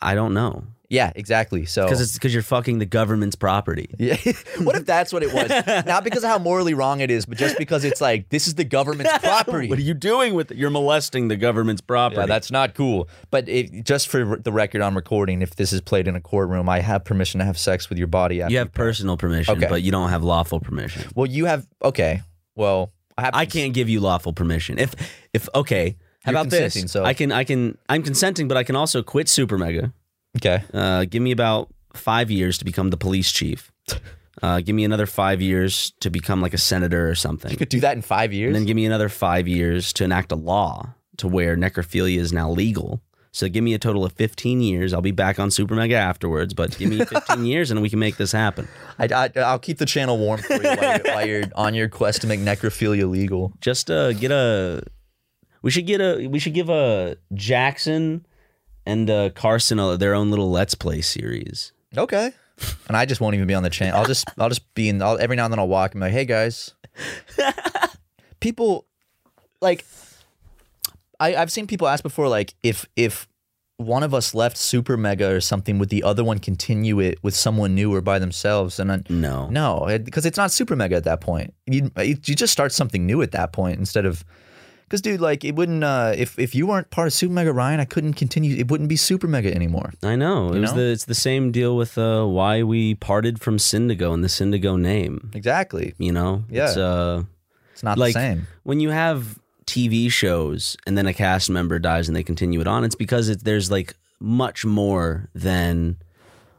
S1: I don't know
S3: Yeah, exactly. So
S1: because it's because you're fucking the government's property.
S3: yeah. what if that's what it was? Not because of how morally wrong it is, but just because it's like this is the government's property.
S1: What are you doing with it? You're molesting the government's property.
S3: yeah, that's not cool. But it, just for the record, I'm recording. If this is played in a courtroom, I have permission to have sex with your body. After.
S1: you have personal permission,
S3: Okay.
S1: but you don't have lawful permission.
S3: Well, you have. Okay. Well, I have.
S1: I can't give you lawful permission. If if okay, how
S3: You're
S1: about this?
S3: consenting, so-
S1: I can I can I'm consenting, but I can also quit Super Mega.
S3: Okay.
S1: Uh, give me about five years to become the police chief. Uh, give me another five years to become like a senator or something.
S3: You could do that in five years.
S1: And then give me another five years to enact a law to where necrophilia is now legal. So give me a total of 15 years. I'll be back on Super Mega afterwards, but give me 15 years and we can make this happen.
S3: I, I, I'll keep the channel warm for you while you're, while you're on your quest to make necrophilia legal.
S1: Just uh, get a. We should get a. We should give a Jackson and uh, Carson a, their own little Let's Play series.
S3: Okay. And I just won't even be on the channel. I'll just I'll just be in. I'll, every now and then I'll walk and be like, hey guys, people, like, I I've seen people ask before like if if one of us left super mega or something would the other one continue it with someone new or by themselves and I,
S1: No.
S3: no because it's not super mega at that point you you just start something new at that point instead of because dude like it wouldn't uh if if you weren't part of super mega ryan i couldn't continue it wouldn't be super mega anymore
S1: I know. It was
S3: know?
S1: the it's the same deal with uh, why we parted from Syndigo and the Syndigo name.
S3: exactly
S1: You know?
S3: Yeah.
S1: It's uh
S3: it's not
S1: like
S3: the same
S1: when you have TV shows and then a cast member dies and they continue it on, it's because it, there's like much more than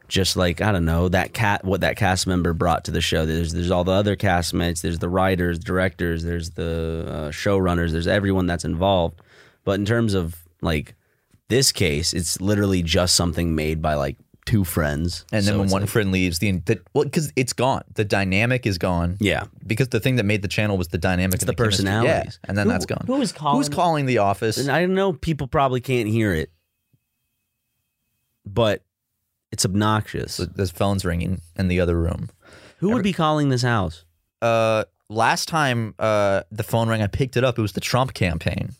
S1: just like I don't know that cat what that cast member brought to the show. There's there's all the other castmates. There's the writers, directors. There's the uh, showrunners. There's everyone that's involved. But in terms of like this case, it's literally just something made by like two friends.
S3: And then
S1: So
S3: when
S1: it's
S3: one
S1: like-
S3: friend leaves, the, the well, because it's gone. The dynamic is gone.
S1: yeah,
S3: Because the thing that made the channel was the dynamic, it's
S1: the personalities.
S3: and then
S1: Who-
S3: that's gone.
S1: who is calling-
S3: Who's calling the office?
S1: And I know people probably can't hear it, but it's obnoxious.
S3: So There's phones ringing in the other room.
S1: Who would be calling this house?
S3: Uh, last time uh, the phone rang, I picked it up. It was the Trump campaign.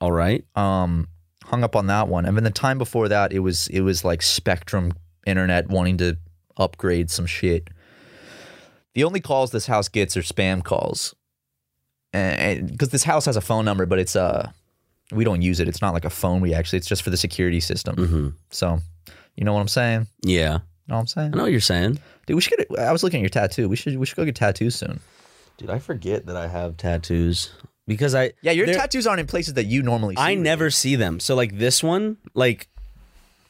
S1: All right.
S3: Um, hung up on that one, and then the time before that, it was it was like Spectrum Internet wanting to upgrade some shit. The only calls this house gets are spam calls, because this house has a phone number, but it's uh, we don't use it. It's not like a phone. We actually, it's just for the security system.
S1: Mm-hmm.
S3: So, you know what I'm saying?
S1: Yeah.
S3: You know what I'm saying?
S1: I know what you're saying.
S3: Dude, we should get. A, I was looking at your tattoo. We should we should go get tattoos soon.
S1: Dude, I forget that I have tattoos because I.
S3: Yeah, your
S1: They're-
S3: tattoos aren't in places that you normally. see
S1: I
S3: them.
S1: never see them. So, like this one, like,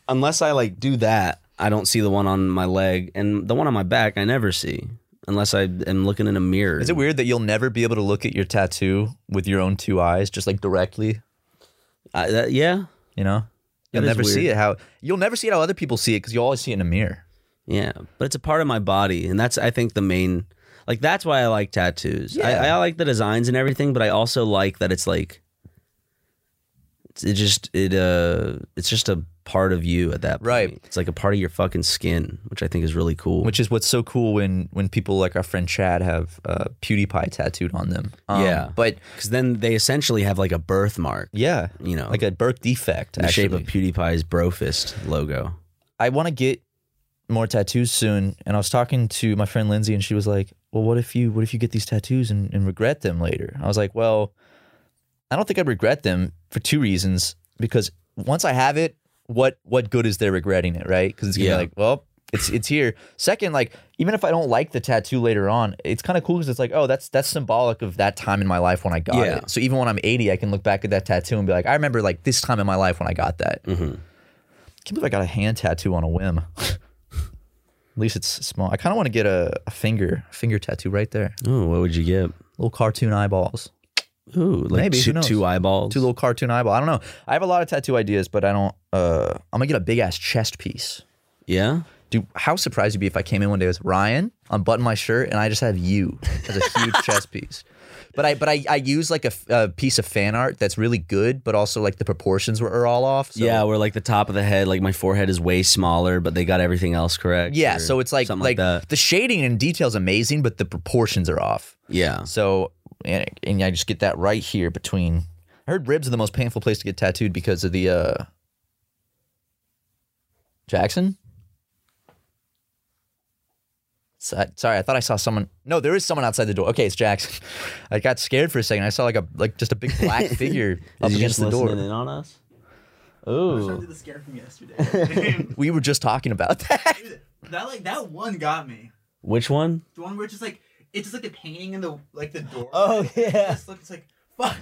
S1: unless I like do that, I don't see the one on my leg. And the one on my back, I never see unless I am looking in a mirror.
S3: Is it weird that you'll never be able to look at your tattoo with your own two eyes, just like directly?
S1: I, that, yeah.
S3: You know, you'll
S1: is
S3: never see
S1: weird.
S3: it how you'll never see it how other people see it because you always see it in a mirror.
S1: Yeah, but it's a part of my body, and that's I think the main, like that's why I like tattoos. I, I like the designs and everything, but I also like that it's like, it's, it just it uh, it's just a part of you at that point.
S3: Right.
S1: It's like a part of your fucking skin, which I think is really cool.
S3: which is what's so cool when when people like our friend Chad have uh, PewDiePie tattooed on them. Um,
S1: Yeah.
S3: but
S1: because then they essentially have like a birthmark,
S3: yeah,
S1: you know,
S3: like a birth defect.
S1: in the shape of
S3: actually.
S1: PewDiePie's brofist logo.
S3: I want to get more tattoos soon. And I was talking to my friend Lindsay, and she was like, "Well, what if you what if you get these tattoos and, and regret them later?" I was like, "Well, I don't think I'd regret them for two reasons. Because once I have it, what what good is there regretting it, right? Because it's gonna
S1: Yeah.
S3: be like, well." It's, it's here. Second, like even if I don't like the tattoo later on, it's kind of cool because it's like, oh, that's that's symbolic of that time in my life when I got
S1: Yeah.
S3: it. So even when I'm 80, I can look back at that tattoo and be like, I remember like this time in my life when I got that. Can't believe I got a hand tattoo on a whim. At least it's small. I kind of want to get a, a finger a finger tattoo right there.
S1: Oh, what would you get?
S3: Little cartoon eyeballs.
S1: Ooh, like
S3: Maybe, who
S1: two,
S3: knows?
S1: two eyeballs.
S3: Two little cartoon eyeball. I don't know. I have a lot of tattoo ideas, but I don't. Uh, I'm gonna get a big ass chest piece.
S1: yeah.
S3: Dude, how surprised you'd be if I came in one day with Ryan, unbutton my shirt, and I just have you as a huge chest piece. But I but I, I use like a, f- a piece of fan art that's really good, but also like the proportions were are all off. So.
S1: yeah, where like the top of the head, like my forehead is way smaller, but they got everything else correct.
S3: Yeah,
S1: or
S3: so it's like like,
S1: something like, that.
S3: the shading and details amazing, but the proportions are off.
S1: Yeah.
S3: So, and, and I just get that right here between. I heard ribs are the most painful place to get tattooed because of the. uh Jackson? So- Sorry, I thought I saw someone. No, there is someone outside the door. Okay, it's Jackson. I got scared for a second. I saw like a like just a big black figure up
S1: Is he
S3: against
S1: just
S3: the door.
S1: listening in on us? Ooh.
S6: the scare from yesterday.
S3: We were just talking about that.
S6: that like that one got me.
S1: Which one?
S6: The one where it's just like it's just like the painting in the like the door.
S1: Oh, yeah.
S6: It's, like, it's like fuck.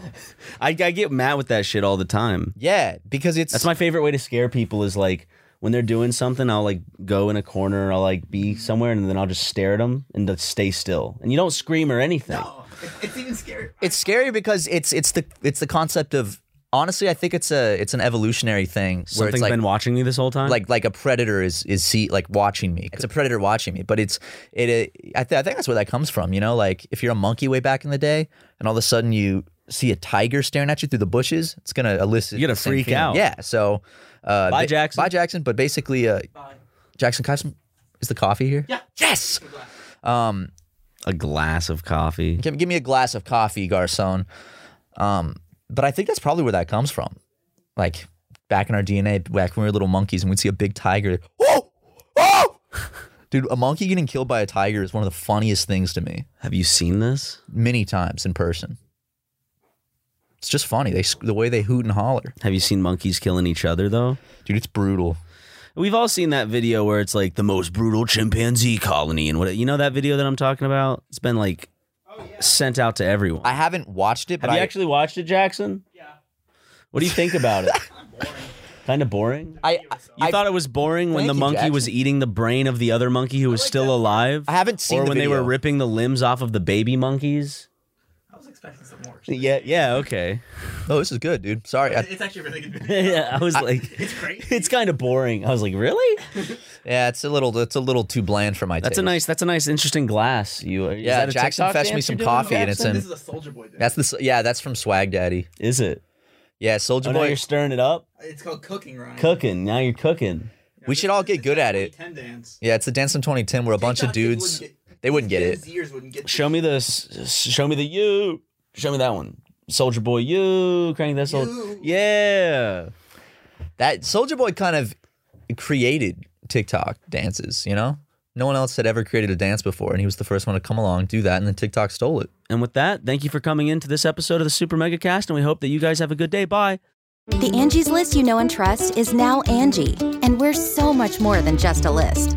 S1: I, I get mad with that shit all the time.
S3: yeah, because it's
S1: That's my favorite way to scare people is like when they're doing something, I'll like go in a corner, I'll like be somewhere, and then I'll just stare at them and just stay still. And you don't scream or anything.
S6: No, it's, Oh, it's even scary.
S3: it's scary because it's it's the it's the concept of honestly I think it's a it's an evolutionary thing where
S1: Something's
S3: it's like
S1: been watching me this whole time.
S3: like like a predator is is see like watching me. It's a predator watching me, but it's it. it I, th- I think that's where that comes from. You know, like if you're a monkey way back in the day, and all of a sudden you see a tiger staring at you through the bushes, it's gonna elicit.
S1: You're gonna
S3: the same
S1: freak
S3: feeling.
S1: out.
S3: Yeah. So uh,
S1: Bye,
S3: ba-
S1: Jackson.
S3: Bye Jackson. But basically, uh,
S6: Bye.
S3: Jackson, can I have some? Is the coffee here?
S6: Yeah.
S3: Yes.
S1: a glass of coffee.
S3: Give, give me a glass of coffee, garçon. Um, but I think that's probably where that comes from. Like back in our DNA, back when we were little monkeys and we'd see a big tiger. Whoa! Whoa! Dude, a monkey getting killed by a tiger is one of the funniest things to me.
S1: Have you seen this?
S3: Many times in person. It's just funny. They sc- the way they hoot and holler.
S1: Have you seen monkeys killing each other though?
S3: Dude, it's brutal.
S1: We've all seen that video where it's like the most brutal chimpanzee colony and what you know that video that I'm talking about? It's been like sent out to everyone.
S3: I haven't watched it, but
S1: Have you
S3: I,
S1: actually watched it, Jackson? Yeah. What do you think about it? kind of boring.
S3: I,
S1: You
S3: I-
S1: thought it was boring when
S3: Thank
S1: the
S3: you,
S1: monkey was
S3: Jackson.
S1: eating the brain of the other monkey who was still alive?
S3: I haven't seen
S1: Or
S3: the
S1: when they were
S3: video.
S1: ripping the limbs off of the baby monkeys?
S6: I was expecting some more.
S1: Yeah, yeah, okay.
S3: oh, this is good, dude. Sorry. I-
S6: It's actually a really good. Video.
S1: yeah, I was like
S6: It's great.
S1: it's kind of boring. I was like, "Really?"
S3: yeah, it's a little it's a little too bland for my
S1: That's
S3: taste.
S1: a nice that's a nice interesting glass. You uh, is
S3: Yeah,
S1: that a
S3: Jackson
S1: TikTok
S3: fetched me
S1: dance
S3: some
S1: you're doing,
S3: coffee and it's
S1: Jackson?
S3: in-
S6: This is a soldier boy. Dance.
S3: That's the s- yeah, that's from Swag Daddy.
S1: Is it?
S3: Yeah, Soldier
S1: Oh, now
S3: Boy.
S1: you're stirring it up.
S6: It's called cooking, Ryan.
S1: Cooking. Now you're cooking.
S3: We should all get good at it.
S6: Ten dance.
S3: Yeah, it's a dance from 2010 where a bunch of
S6: TikTok people
S3: dudes
S6: wouldn't get-
S3: they wouldn't get
S6: Gen
S3: it.
S6: Zers wouldn't get.
S1: Show
S6: this.
S1: me the s- s- show me the you. Show me that one. Soldier boy, you crank that soldier.
S6: You.
S1: Yeah.
S3: That Soldier Boy kind of created TikTok dances, you know? No one else had ever created a dance before, and he was the first one to come along, do that, and then TikTok stole it.
S1: And with that, thank you for coming into this episode of the Super Mega Cast, and we hope that you guys have a good day. Bye.
S7: The Angie's list you know and trust is now Angie, and we're so much more than just a list.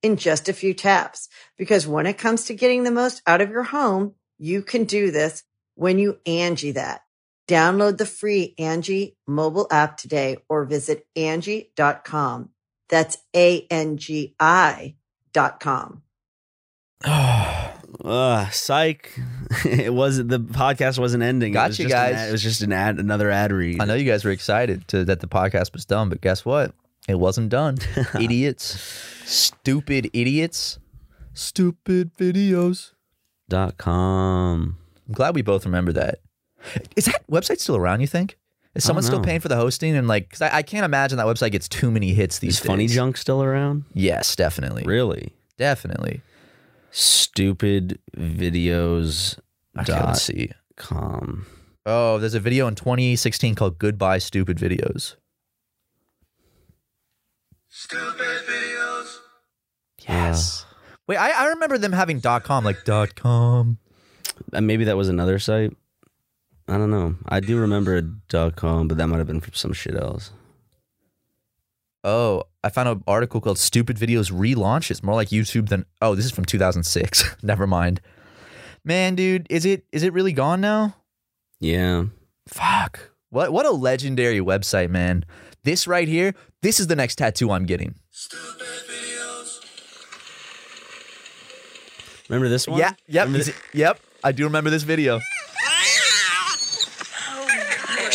S8: in just a few taps. Because when it comes to getting the most out of your home, you can do this when you Angie that. Download the free Angie mobile app today or visit Angie.com. That's A-N-G-I dot com.
S1: Ugh, psych. it wasn't the podcast wasn't ending. It
S3: Got
S1: was
S3: you
S1: just an
S3: guys.
S1: ad- it was just an ad, another ad read.
S3: I know you guys were excited to, that the podcast was done, but guess what? It wasn't done. idiots. Stupid idiots. Stupid videos.
S1: Dot com.
S3: I'm glad we both remember that. Is that website still around, you think? Is
S1: I don't
S3: someone still
S1: know.
S3: paying for the hosting? And like, because I, I can't imagine that website gets too many hits these
S1: Is funny
S3: days.
S1: junk still around?
S3: Yes, definitely.
S1: Really?
S3: Definitely.
S1: Stupid videos.
S3: Okay, let's
S1: Dot
S3: see.
S1: com.
S3: Oh, there's a video in 2016 called Goodbye Stupid Videos.
S1: Yes.
S3: Wait, I, I remember them having dot com, like dot com.
S1: And Uh, maybe that was another site. I don't know. I do remember a dot com, but that might have been from some shit else.
S3: Oh, I found an article called Stupid Videos Relaunches, more like YouTube than oh, this is from 2006. Never mind. Man, dude, is it is it really gone now?
S1: Yeah.
S3: Fuck. What what a legendary website, man. This right here, this is the next tattoo I'm getting.
S1: Remember this one?
S3: Yeah, yep,
S1: Remember
S3: is it- yep. I do remember this video.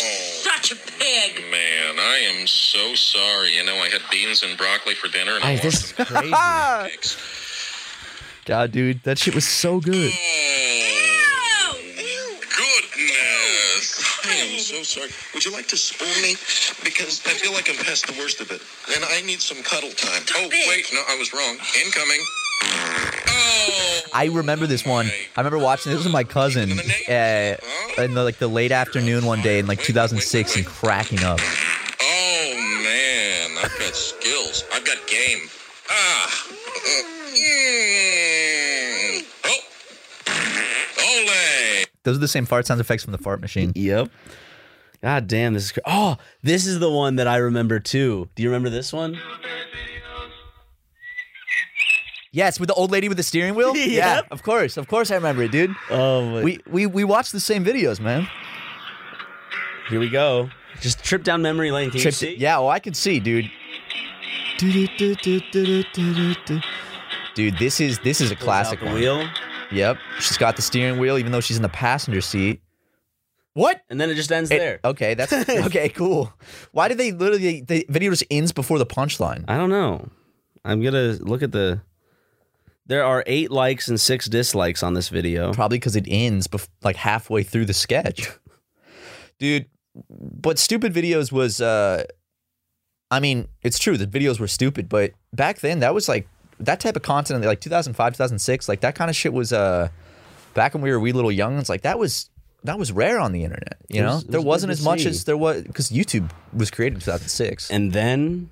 S9: Such a pig.
S10: Man, I am so sorry. You know, I had beans and broccoli for dinner, and
S1: Hey,
S10: I, watched
S1: this
S10: them
S1: is crazy.
S10: mix.
S3: God, dude, that shit was so good.
S10: Oh, goodness. I am so sorry. Would you like to spoon me? Because I feel like I'm past the worst of it, and I need some cuddle time. Oh, wait, no, I was wrong. Incoming. Oh.
S3: I remember this one. I remember watching this with my cousin uh, in the, like the late afternoon one day in like 2006 and cracking up.
S10: Oh man, I've got skills. I've got game. Ah. Mm. Oh. Mm. Ole.
S3: Those are the same fart sound effects from the fart machine.
S1: Yep. God damn, this is cra- oh, this is the one that I remember too. Do you remember this one?
S3: Yes, with the old lady with the steering wheel. Yeah,
S1: Yep.
S3: of course, of course, I remember it, dude.
S1: Oh, my-
S3: We we we watched the same videos, man.
S1: here we go. Just trip down memory lane. Can you
S3: Tripped-
S1: see?
S3: Yeah, oh, I could see, dude. Dude, this is this is a
S1: Pulls out
S3: classic
S1: the
S3: one.
S1: wheel,
S3: Yep, she's got the steering wheel, even though she's in the passenger seat. What?
S1: and then it just ends
S3: It-
S1: there.
S3: Okay, that's okay. Cool. Why did they literally the video just ends before the punchline?
S1: I don't know. I'm gonna look at the. There are eight likes and six dislikes on this video.
S3: Probably because it ends bef- like halfway through the sketch, dude. But stupid videos was, uh I mean, it's true the videos were stupid, but back then that was like that type of content, like 2005, 2006, like that kind of shit was. uh Back when we were wee little youngins, like that was that was rare on the internet. You
S1: It
S3: know,
S1: was- it
S3: there
S1: was good
S3: wasn't
S1: to
S3: as much
S1: see.
S3: as there was because YouTube was created in 2006.
S1: And then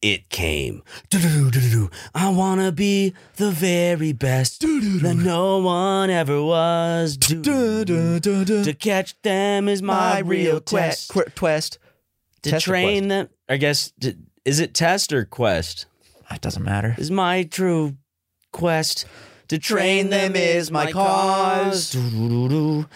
S1: it came. Doo-doo-doo-doo-doo. I wanna be the very best that no one ever was. Doo-doo-doo. To catch them is my real quest.
S3: quest.
S1: to
S3: Test or
S1: train them. I guess to, is it test or quest?
S3: Ah, It doesn't matter.
S1: Is my true quest to train them is my cause. Doo-doo-doo.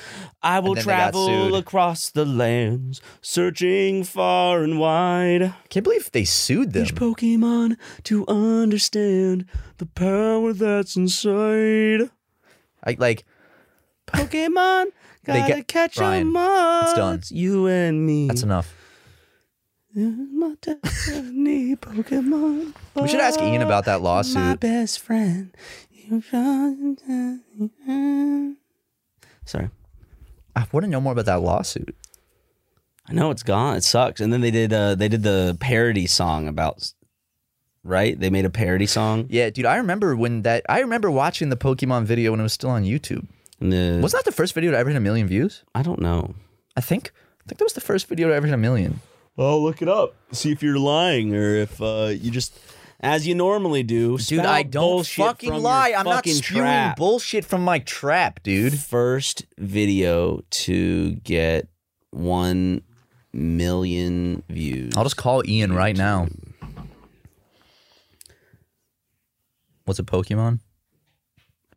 S1: I will
S3: And then they got sued.
S1: travel across the lands, searching far and wide.
S3: Can't believe they sued them.
S1: Each Pokemon to understand the power that's inside.
S3: I, like
S1: Pokemon,
S3: They
S1: gotta
S3: get-
S1: catch 'em
S3: Ryan,
S1: all.
S3: it's done.
S1: you and me.
S3: that's enough.
S1: My destiny, Pokemon.
S3: We should ask Ian about that
S1: My
S3: lawsuit.
S1: best friend. You found- Sorry.
S3: I want to know more about that lawsuit.
S1: I know it's gone. It sucks. And then they did uh they did the parody song about right? They made a parody song.
S3: Yeah, dude, I remember when that. I remember watching the Pokemon video when it was still on YouTube. Wasn't that the first video to ever hit a million views?
S1: I don't know.
S3: I think I think that was the first video to ever hit a million.
S1: Well, look it up. See if you're lying or if uh, you just, as you normally do.
S3: Dude, I don't fucking lie. I'm not spewing
S1: bullshit
S3: from my trap, dude.
S1: First video to get one million views.
S3: I'll just call Ian right now. What's a Pokemon?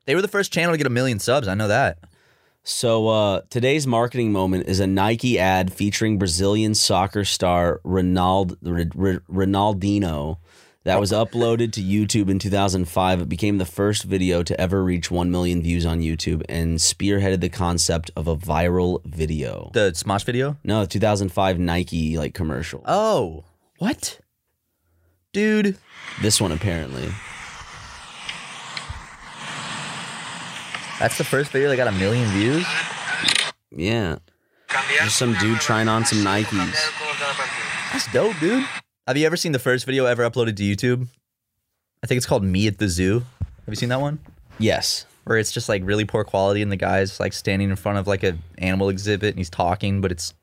S3: They were the first channel to get a million subs. I know that.
S1: So uh, today's marketing moment is a Nike ad featuring Brazilian soccer star Ronald, R- R- Ronaldinho that was uploaded to YouTube in 2005. It became the first video to ever reach 1 million views on YouTube and spearheaded the concept of a viral video.
S3: The Smosh video?
S1: No, 2005 Nike like commercial.
S3: Oh, what? Dude.
S1: This one apparently.
S3: That's the first video that got a million views?
S1: Yeah. Just some dude trying on some Nikes.
S3: That's dope, dude. Have you ever seen the first video ever uploaded to YouTube? I think it's called Me at the Zoo. Have you seen that one?
S1: Yes.
S3: Where it's just like really poor quality and the guy's like standing in front of like an animal exhibit and he's talking, but it's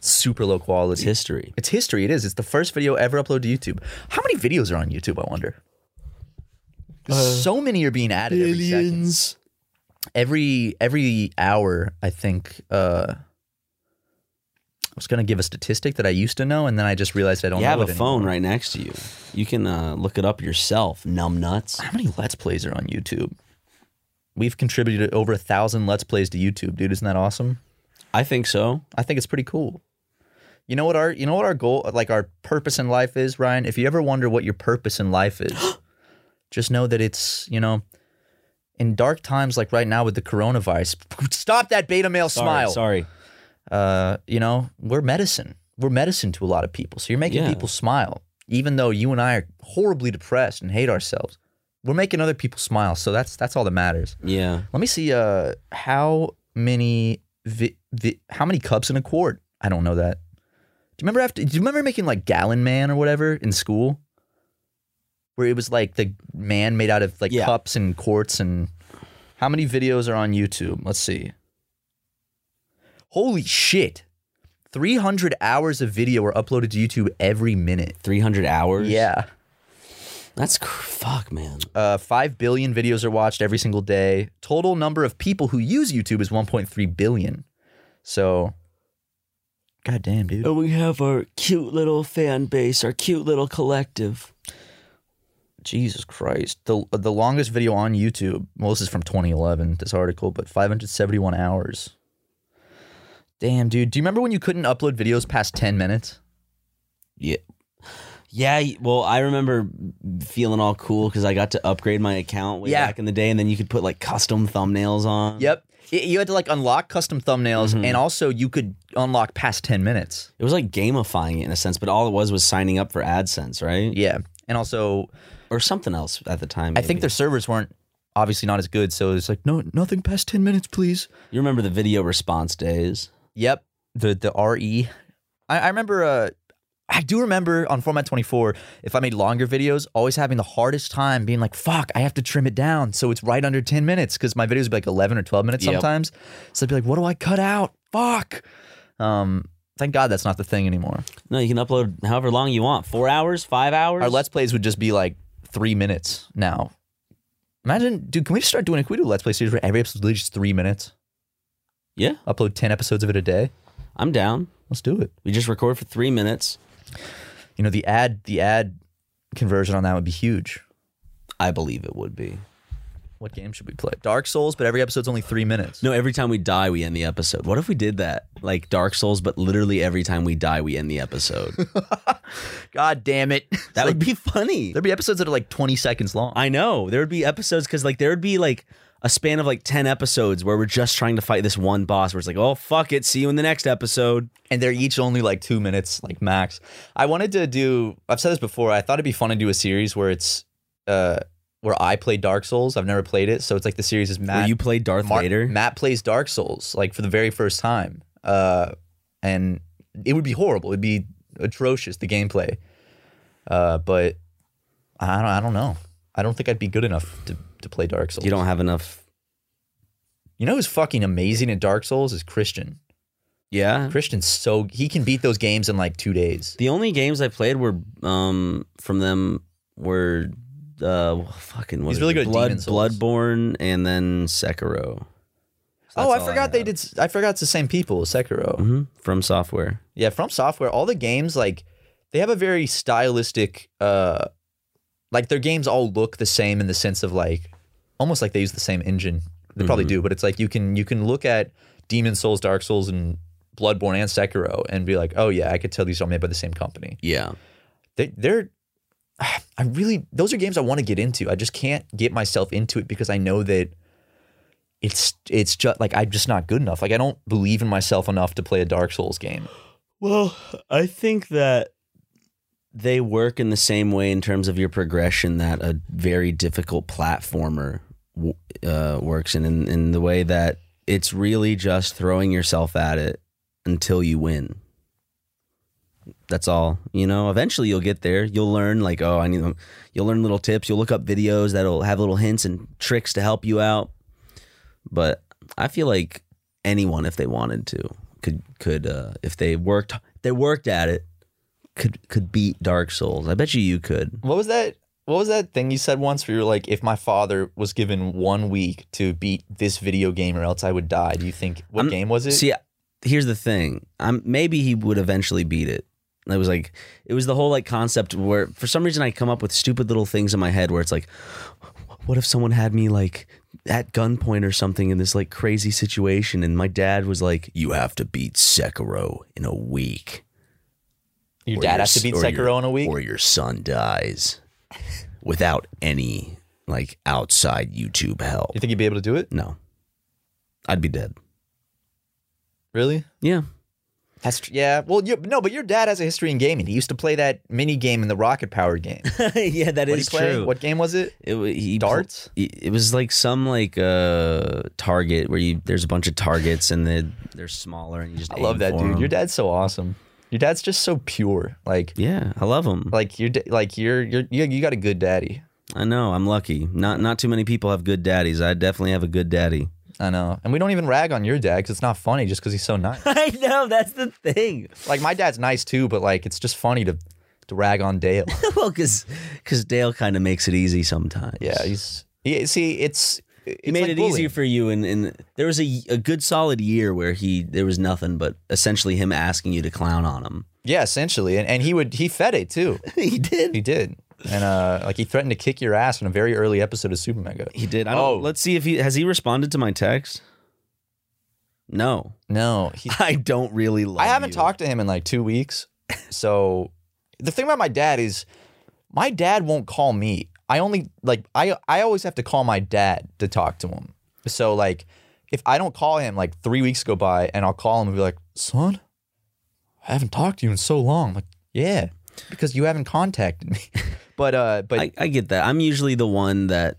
S3: super low quality. It's
S1: history.
S3: It's history, it is. It's the first video ever uploaded to YouTube. How many videos are on YouTube, I wonder? 'Cause so many are being added
S1: billions.
S3: every second. Every every hour, I think uh I was gonna give a statistic that I used to know, and then I just realized I don't
S1: You
S3: know
S1: have
S3: it
S1: a
S3: anymore.
S1: phone right next to you. You can uh, look it up yourself, numb nuts.
S3: How many Let's Plays are on YouTube? We've contributed over a thousand Let's Plays to YouTube, dude. Isn't that awesome?
S1: I think so.
S3: I think it's pretty cool. You know what our you know what our goal like our purpose in life is, Ryan? If you ever wonder what your purpose in life is, just know that it's, you know, in dark times like right now with the coronavirus. Stop that beta male
S1: Sorry,
S3: smile.
S1: Sorry.
S3: Uh, you know, we're medicine. We're medicine to a lot of people. So you're making
S1: Yeah.
S3: people smile. Even though you and I are horribly depressed and hate ourselves. We're making other people smile. So that's that's all that matters.
S1: Yeah.
S3: Let me see uh how many vi- vi- how many cups in a quart? I don't know that. Do you remember after do you remember making like gallon man or whatever in school? Where it was like the man made out of like
S1: Yeah.
S3: cups and quarts and how many videos are on YouTube? Let's see. Holy shit. 300 hours of video were uploaded to YouTube every minute.
S1: 300 hours?
S3: Yeah.
S1: That's cr- fuck, man.
S3: Uh, 5 billion videos are watched every single day. Total number of people who use YouTube is 1.3 billion. So, god damn, dude.
S1: And we have our cute little fan base, our cute little collective.
S3: Jesus Christ. The the longest video on YouTube, well, this is from 2011, this article, but 571 hours. Damn, dude. Do you remember when you couldn't upload videos past 10 minutes?
S1: Yeah. Yeah, y- well, I remember feeling all cool because I got to upgrade my account way
S3: Yeah.
S1: back in the day, and then you could put like custom thumbnails on.
S3: Yep. Y- You had to like unlock custom thumbnails and also you could unlock past 10 minutes.
S1: It was like gamifying it in a sense, but all it was was signing up for AdSense, right?
S3: Yeah. And also
S1: Or something else at the time.
S3: I think their servers weren't obviously not as good, so it's like no nothing past 10 minutes, please.
S1: You remember the video response days?
S3: Yep. The the RE. I, I remember uh I do remember on Format 24, if I made longer videos, always having the hardest time being like, fuck, I have to trim it down. So it's right under 10 minutes because my videos would be like 11 or 12 minutes
S1: Yep.
S3: sometimes. So I'd be like, what do I cut out? Fuck. Um, thank God that's not the thing anymore.
S1: No, you can upload however long you want. Four hours, five hours.
S3: Our Let's Plays would just be like three minutes now. Imagine, dude, can we just start doing it? Can we do a Let's Play series where every episode is literally just three minutes?
S1: yeah,
S3: Upload 10 episodes of it a day?
S1: I'm down.
S3: Let's do it.
S1: We just record for three minutes.
S3: You know, the ad, the ad conversion on that would be huge.
S1: I believe it would be.
S3: What game should we play? Dark Souls, but every episode's only three minutes.
S1: No, every time we die, we end the episode. What if we did that? Like Dark Souls, but literally every time we die, we end the episode.
S3: God damn it.
S1: That would be funny.
S3: There'd be episodes that are like 20 seconds long.
S1: I know. There would be episodes because, like, there would be like a span of like 10 episodes where we're just trying to fight this one boss where it's like, oh, fuck it. See you in the next episode.
S3: And they're each only like two minutes, like max. I wanted to do, I've said this before, I thought it'd be fun to do a series where it's, uh, where I play Dark Souls. I've never played it, so it's like the series is Matt.
S1: you play Darth Vader?
S3: Matt plays Dark Souls like for the very first time, uh, and it would be horrible. It'd be atrocious the gameplay. Uh, but I don't. I don't know. I don't think I'd be good enough to, to play Dark Souls. You
S1: don't have enough.
S3: You know who's fucking amazing at Dark Souls is Christian.
S1: Yeah,
S3: Christian's so he can beat those games in like two days.
S1: The only games I played were um from them were uh fucking what
S3: He's
S1: is it?
S3: really good at
S1: Blood,
S3: Demon Souls.
S1: Bloodborne and then Sekiro.
S3: oh, I forgot they did. s- I forgot it's the same people, as Sekiro.
S1: hmm From software.
S3: Yeah, from software, all the games like they have a very stylistic uh like their games all look the same in the sense of like almost like they use the same engine. They probably
S1: Mhm.
S3: do, but it's like you can you can look at Demon Souls, Dark Souls and Bloodborne and Sekiro and be like, "Oh yeah, I could tell these are made by the same company."
S1: Yeah.
S3: They they're I really those are games I want to get into. I just can't get myself into it because I know that it's it's just like I'm just not good enough. Like I don't believe in myself enough to play a Dark Souls game.
S1: Well, I think that they work in the same way in terms of your progression that a very difficult platformer w- uh, works in, in, in the way that it's really just throwing yourself at it until you win. That's all. You know, eventually you'll get there. You'll learn, like, oh, I need them. You'll learn little tips. You'll look up videos that'll have little hints and tricks to help you out. But I feel like anyone, if they wanted to, could could uh, if they worked they worked at it, could could beat Dark Souls. I bet you you could.
S3: What was that? What was that thing you said once where you were like, if my father was given one week to beat this video game or else I would die? Do you think what
S1: I'm-
S3: game was it?
S1: See, here's the thing. I'm maybe he would eventually beat it. It was like it was the whole like concept where for some reason I come up with stupid little things in my head where it's like, what if someone had me like at gunpoint or something in this like crazy situation and my dad was like, you have to beat Sekiro in a week.
S3: your
S1: Or
S3: dad has
S1: s-
S3: to beat
S1: or your-
S3: Sekiro in a week.
S1: or your son dies without any like outside YouTube help.
S3: you think he'd be able to do it?
S1: No, I'd be dead.
S3: Really?
S1: Yeah.
S3: That's tr- yeah. Well, you, no, but your dad has a history in gaming. He used to play that mini game in the rocket powered game.
S1: yeah, that
S3: What'd
S1: is
S3: he play?
S1: true.
S3: What game was it?
S1: It, wa- he pl-
S3: Darts?
S1: it it was like some like uh target where you there's a bunch of targets and they they're smaller and you just
S3: I love
S1: aim
S3: that
S1: for
S3: dude.
S1: 'em.
S3: Your dad's so awesome. Your dad's just so pure. Like
S1: yeah, I love him.
S3: like your da- like you're you're you you got a good daddy.
S1: I know. I'm lucky. Not not too many people have good daddies. I definitely have a good daddy.
S3: I know. And we don't even rag on your dad because it's not funny just because he's so nice.
S1: I know. That's the thing.
S3: like my dad's nice too, but like it's just funny to to rag on Dale.
S1: well, because Dale kind of makes it easy sometimes.
S3: yeah, he's he, see it's
S1: He made it easier for you, and, and there was a, a good solid year where he there was nothing but essentially him asking you to clown on him.
S3: yeah, essentially, and and he would he fed it too.
S1: he did.
S3: He did, and uh, like he threatened to kick your ass in a very early episode of Super Mega.
S1: He did. I don't,
S3: Oh.
S1: let's see if he has he responded to my text. No,
S3: No, he,
S1: I don't really. Love
S3: I haven't
S1: you.
S3: talked to him in like two weeks. So the thing about my dad is my dad won't call me. I only like I I always have to call my dad to talk to him. So like if I don't call him, like three weeks go by and I'll call him and be like, son, I haven't talked to you in so long. I'm like, yeah. Because you haven't contacted me. But uh but
S1: I, I get that. I'm usually the one that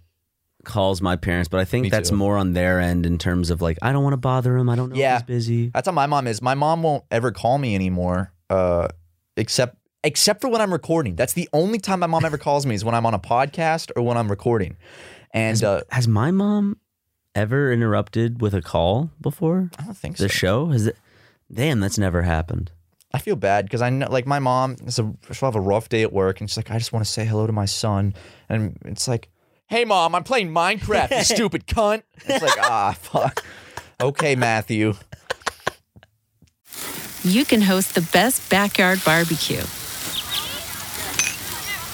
S1: calls my parents, but I think
S3: Me
S1: that's
S3: too.
S1: more on their end in terms of like I don't want to bother him. I don't know
S3: Yeah.
S1: if he's busy.
S3: That's how my mom is. My mom won't ever call me anymore, uh, except except for when I'm recording. That's the only time my mom ever calls me is when I'm on a podcast or when I'm recording. And uh,
S1: Has my mom ever interrupted with a call before?
S3: I don't think so.
S1: the show has it damn that's never happened
S3: I feel bad because I know, like, my mom is a, she'll have a rough day at work, and she's like, I just want to say hello to my son, and it's like, Hey, mom, I'm playing Minecraft. You stupid cunt. It's like, ah, fuck. Okay, Matthew.
S11: you can host the best backyard barbecue.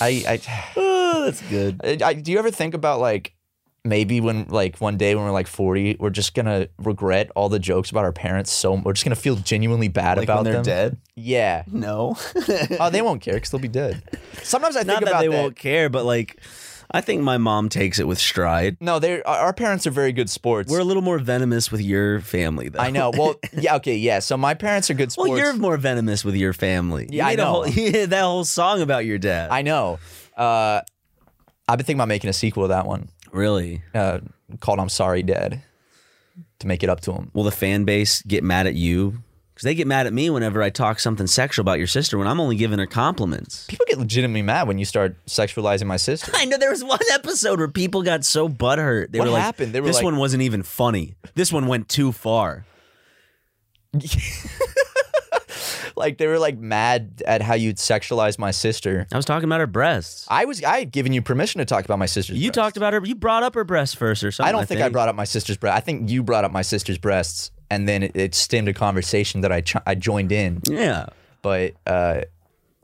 S3: I, I that's good. Uh, I, do you ever think about like maybe when like one day when we're like forty, we're just gonna regret all the jokes about our parents? So we're just gonna feel genuinely bad
S1: Like when
S3: about
S1: they're
S3: them.
S1: dead?
S3: Yeah.
S1: No.
S3: oh, they won't care because they'll be dead. Sometimes I think
S1: Not that
S3: about
S1: they
S3: that.
S1: won't care, but like, I think my mom takes it with stride.
S3: No, they our parents are very good sports.
S1: We're a little more venomous with your family, though.
S3: I know. Well, yeah. Okay. Yeah. So my parents are good sports.
S1: well, you're more venomous with your family. You
S3: Yeah, I
S1: made a
S3: know.
S1: whole- you made that whole song about your dad.
S3: I know. Uh, I've been thinking about making a sequel to that one.
S1: Really?
S3: Uh, called "I'm Sorry, Dad," to make it up to him.
S1: Will the fan base get mad at you? Because they get mad at me whenever I talk something sexual about your sister when I'm only giving her compliments.
S3: People get legitimately mad when you start sexualizing my sister.
S1: I know there was one episode where people got so butthurt. They
S3: What
S1: were like,
S3: happened? They were
S1: this
S3: like-
S1: one wasn't even funny. This one went too far.
S3: like they were like mad at how you'd sexualized my sister.
S1: I was talking about her breasts.
S3: I was I had given you permission to talk about my sister's.
S1: You talked about her. You brought up her breasts first or something.
S3: I don't think, I brought up my sister's breast. I think you brought up my sister's breasts, and then it, it stemmed a conversation that I ch- I joined in.
S1: Yeah,
S3: but uh,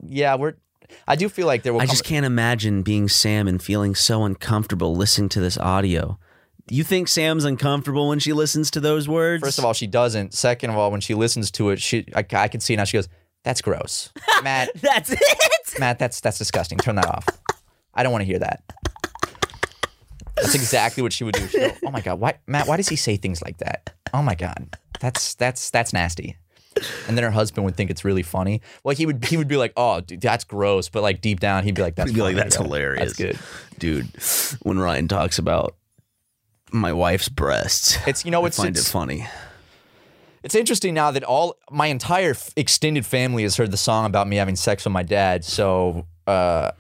S3: yeah, we're. I do feel like there will.
S1: I
S3: come
S1: just can't imagine being Sam and feeling so uncomfortable listening to this audio. You think Sam's uncomfortable when she listens to those words?
S3: First of all, she doesn't. Second of all, when she listens to it, she I, I can see now. She goes, "That's gross, Matt.
S1: that's it,
S3: Matt. That's that's disgusting. Turn that off. I don't want to hear that." That's exactly what she would do. She'd go, "Oh my god, why, Matt? Why does he say things like that? Oh my god, that's that's that's nasty." And then her husband would think it's really funny. Well, he would he would be like, "Oh, dude, that's gross," but like deep down, he'd be like, "That's
S1: You'd be like,
S3: funny,
S1: that's
S3: though.
S1: hilarious.
S3: That's good."
S1: dude. When Ryan talks about my wife's breasts,
S3: It's you know
S1: I
S3: it's
S1: find it
S3: it's,
S1: funny.
S3: It's interesting now that all my entire f- extended family has heard the song about me having sex with my dad. So, uh,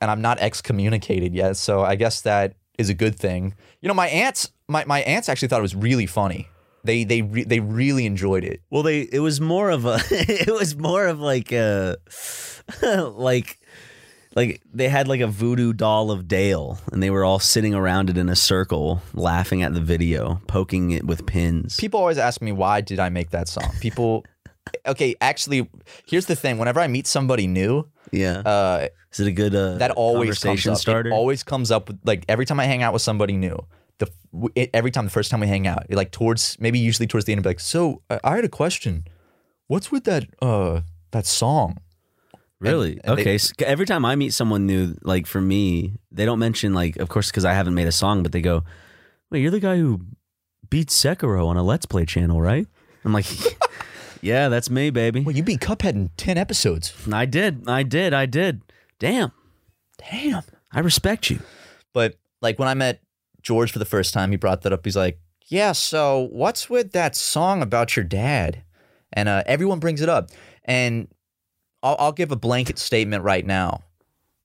S3: and I'm not excommunicated yet. So I guess that is a good thing. You know, my aunts, my, my aunts actually thought it was really funny. They they re- they really enjoyed it.
S1: Well, they it was more of a it was more of like a like like they had like a voodoo doll of Dale, and they were all sitting around it in a circle, laughing at the video, poking it with pins.
S3: People always ask me why did I make that song. People, okay, actually, here's the thing. Whenever I meet somebody new,
S1: Yeah,
S3: uh,
S1: is it a good uh,
S3: that always
S1: conversation
S3: comes up. It
S1: starter?
S3: always comes up with, like every time I hang out with somebody new. The f- w- it, every time the first time we hang out, it, like towards maybe usually towards the end, I'd be like, "So I, I had a question. What's with that uh that song?"
S1: Really?
S3: and they-
S1: okay. s- every time I meet someone new, like for me, they don't mention like, of course, because I haven't made a song, but they go, "Wait, you're the guy who beat Sekiro on a Let's Play channel, right?" I'm like, "Yeah, that's me, baby."
S3: Well, you beat Cuphead in ten episodes.
S1: I did. I did. I did. Damn.
S3: Damn.
S1: I respect you.
S3: But like when I met George for the first time, he brought that up. He's like, "Yeah, so what's with that song about your dad?" And uh, everyone brings it up. And I'll, I'll give a blanket statement right now.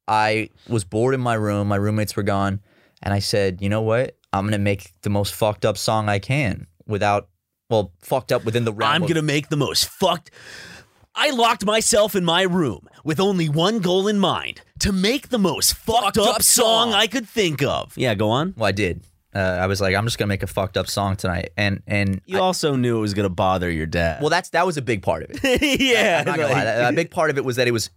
S3: I was bored in my room. My roommates were gone, and I said, "You know what? I'm gonna make the most fucked up song I can without, well, fucked up within the realm."
S1: I'm
S3: of-
S1: gonna make the most fucked. I locked myself in my room with only one goal in mind: to make the most fucked, up,
S3: up
S1: song,
S3: song.
S1: I could think of. Yeah, go on.
S3: Well, I did. Uh, I was like, "I'm just gonna make a fucked up song tonight," and and
S1: You also knew it was gonna bother your dad.
S3: well, that's that was a big part of it.
S1: yeah,
S3: I'm not gonna lie. That- A big part of it was that it was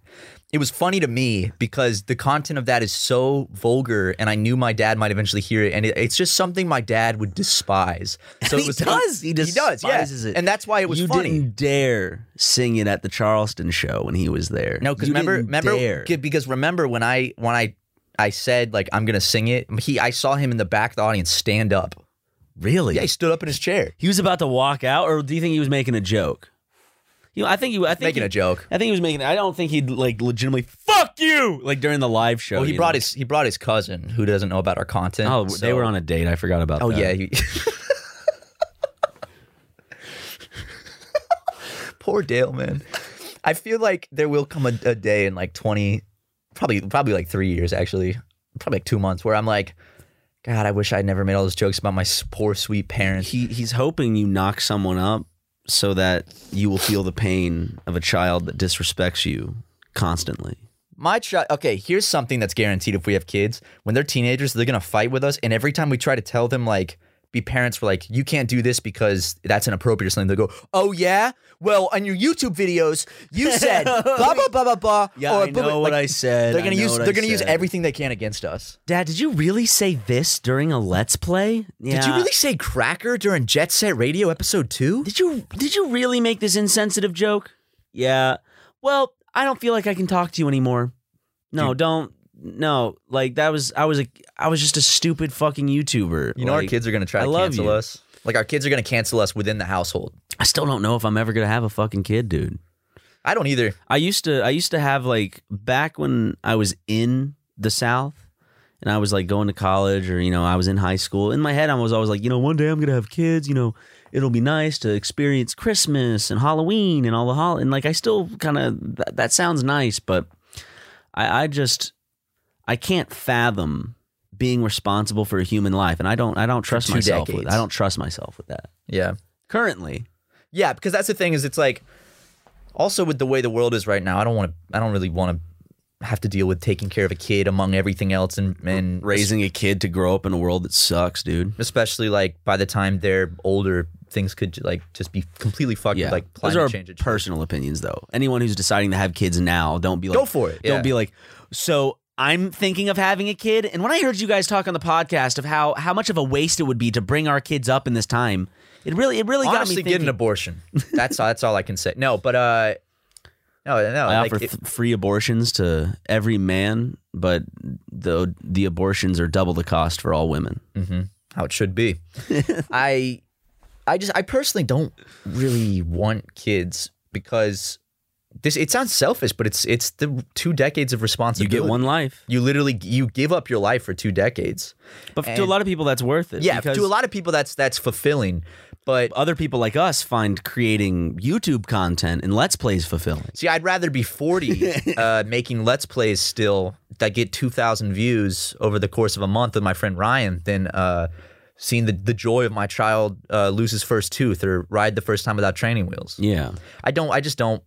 S3: it was funny to me because the content of that is so vulgar, and I knew my dad might eventually hear it, and it, it's just something my dad would despise. So it
S1: he
S3: was,
S1: does. He
S3: does. Yeah,
S1: despises it.
S3: and that's why it was
S1: you
S3: funny.
S1: didn't dare sing it at the Charleston show when he was there.
S3: No, because
S1: You
S3: remember,
S1: didn't
S3: remember,
S1: dare.
S3: g- because remember when I when I I said like I'm gonna sing it. He, I saw him in the back of the audience stand up.
S1: really?
S3: Yeah, he stood up in his chair,
S1: He was about to walk out, or do you think he was making a joke? You know, I think he. I think
S3: making
S1: he,
S3: a joke.
S1: I think he was making. I don't think he'd like legitimately fuck you like during the live show.
S3: Well, he
S1: you
S3: brought
S1: know?
S3: his he brought his cousin who doesn't know about our content.
S1: Oh, they
S3: so-
S1: were on a date. I forgot about.
S3: Oh
S1: that.
S3: yeah. He- Poor Dale, man. I feel like there will come a, a day in like 20, probably probably like three years actually, probably like two months, where I'm like, God, I wish I never made all those jokes about my s- poor sweet parents.
S1: He he's hoping you knock someone up so that you will feel the pain of a child that disrespects you constantly.
S3: My child. Okay, here's something that's guaranteed if we have kids. When they're teenagers, they're gonna fight with us, and every time we try to tell them like. Be parents were like, you can't do this because that's inappropriate or something. They go, oh yeah, well on your YouTube videos you said blah blah blah blah blah.
S1: Yeah,
S3: or
S1: I
S3: blah, blah,"
S1: know what I said.
S3: They're
S1: I
S3: gonna
S1: know
S3: use
S1: what I
S3: they're gonna use
S1: said.
S3: everything they can against us.
S1: Dad, did you really say this during a let's play?
S3: Did you really say cracker during Jet Set Radio episode two?
S1: Did you did you really make this insensitive joke? Yeah. Well, I don't feel like I can talk to you anymore. No, don't. No, like that was I was a I was just a stupid fucking YouTuber.
S3: You know
S1: Like,
S3: our kids are gonna try
S1: I
S3: to
S1: love
S3: cancel
S1: you.
S3: us. Like our kids are gonna cancel us within the household.
S1: I still don't know if I'm ever gonna have a fucking kid, dude.
S3: I don't either.
S1: I used to I used to have like back when I was in the South and I was like going to college or you know, I was in high school. In my head I was always like, you know, one day I'm gonna have kids, you know, it'll be nice to experience Christmas and Halloween and all the hol and like I still kinda that, that sounds nice, but I, I just I can't fathom being responsible for a human life. And I don't I don't trust
S3: two
S1: myself with
S3: decades.
S1: I don't trust myself with that.
S3: Yeah.
S1: Currently.
S3: Yeah, because that's the thing is it's like also with the way the world is right now, I don't want to I don't really want to have to deal with taking care of a kid among everything else and and
S1: Raising a kid to grow up in a world that sucks, dude.
S3: especially like by the time they're older things could like just be completely fucked with like
S1: those
S3: climate
S1: are
S3: change.
S1: personal opinions, though. Anyone who's deciding to have kids now, don't be like,
S3: Go for it, yeah.
S1: Don't be like, so I'm thinking of having a kid, and when I heard you guys talk on the podcast of how how much of a waste it would be to bring our kids up in this time, it really it really
S3: Honestly,
S1: got me
S3: get an
S1: thinking.
S3: abortion. That's all, that's all I can say. No, but uh no, no.
S1: I
S3: like,
S1: offer
S3: it-
S1: th- free abortions to every man, but the the abortions are double the cost for all women.
S3: Mm-hmm. How it should be. I I just I personally don't really want kids because this it sounds selfish, but it's it's the two decades of responsibility.
S1: one life.
S3: You literally you give up your life for two decades.
S1: But to a lot of people, that's worth it.
S3: Yeah,
S1: because-
S3: to a lot of people that's that's fulfilling. But
S1: other people like us find creating YouTube content and let's plays fulfilling.
S3: See, I'd rather be 40 uh, making Let's Plays still that get 2,000 views over the course of a month with my friend Ryan than uh, seeing the, the joy of my child uh, lose his first tooth or ride the first time without training wheels.
S1: Yeah.
S3: I don't, I just don't,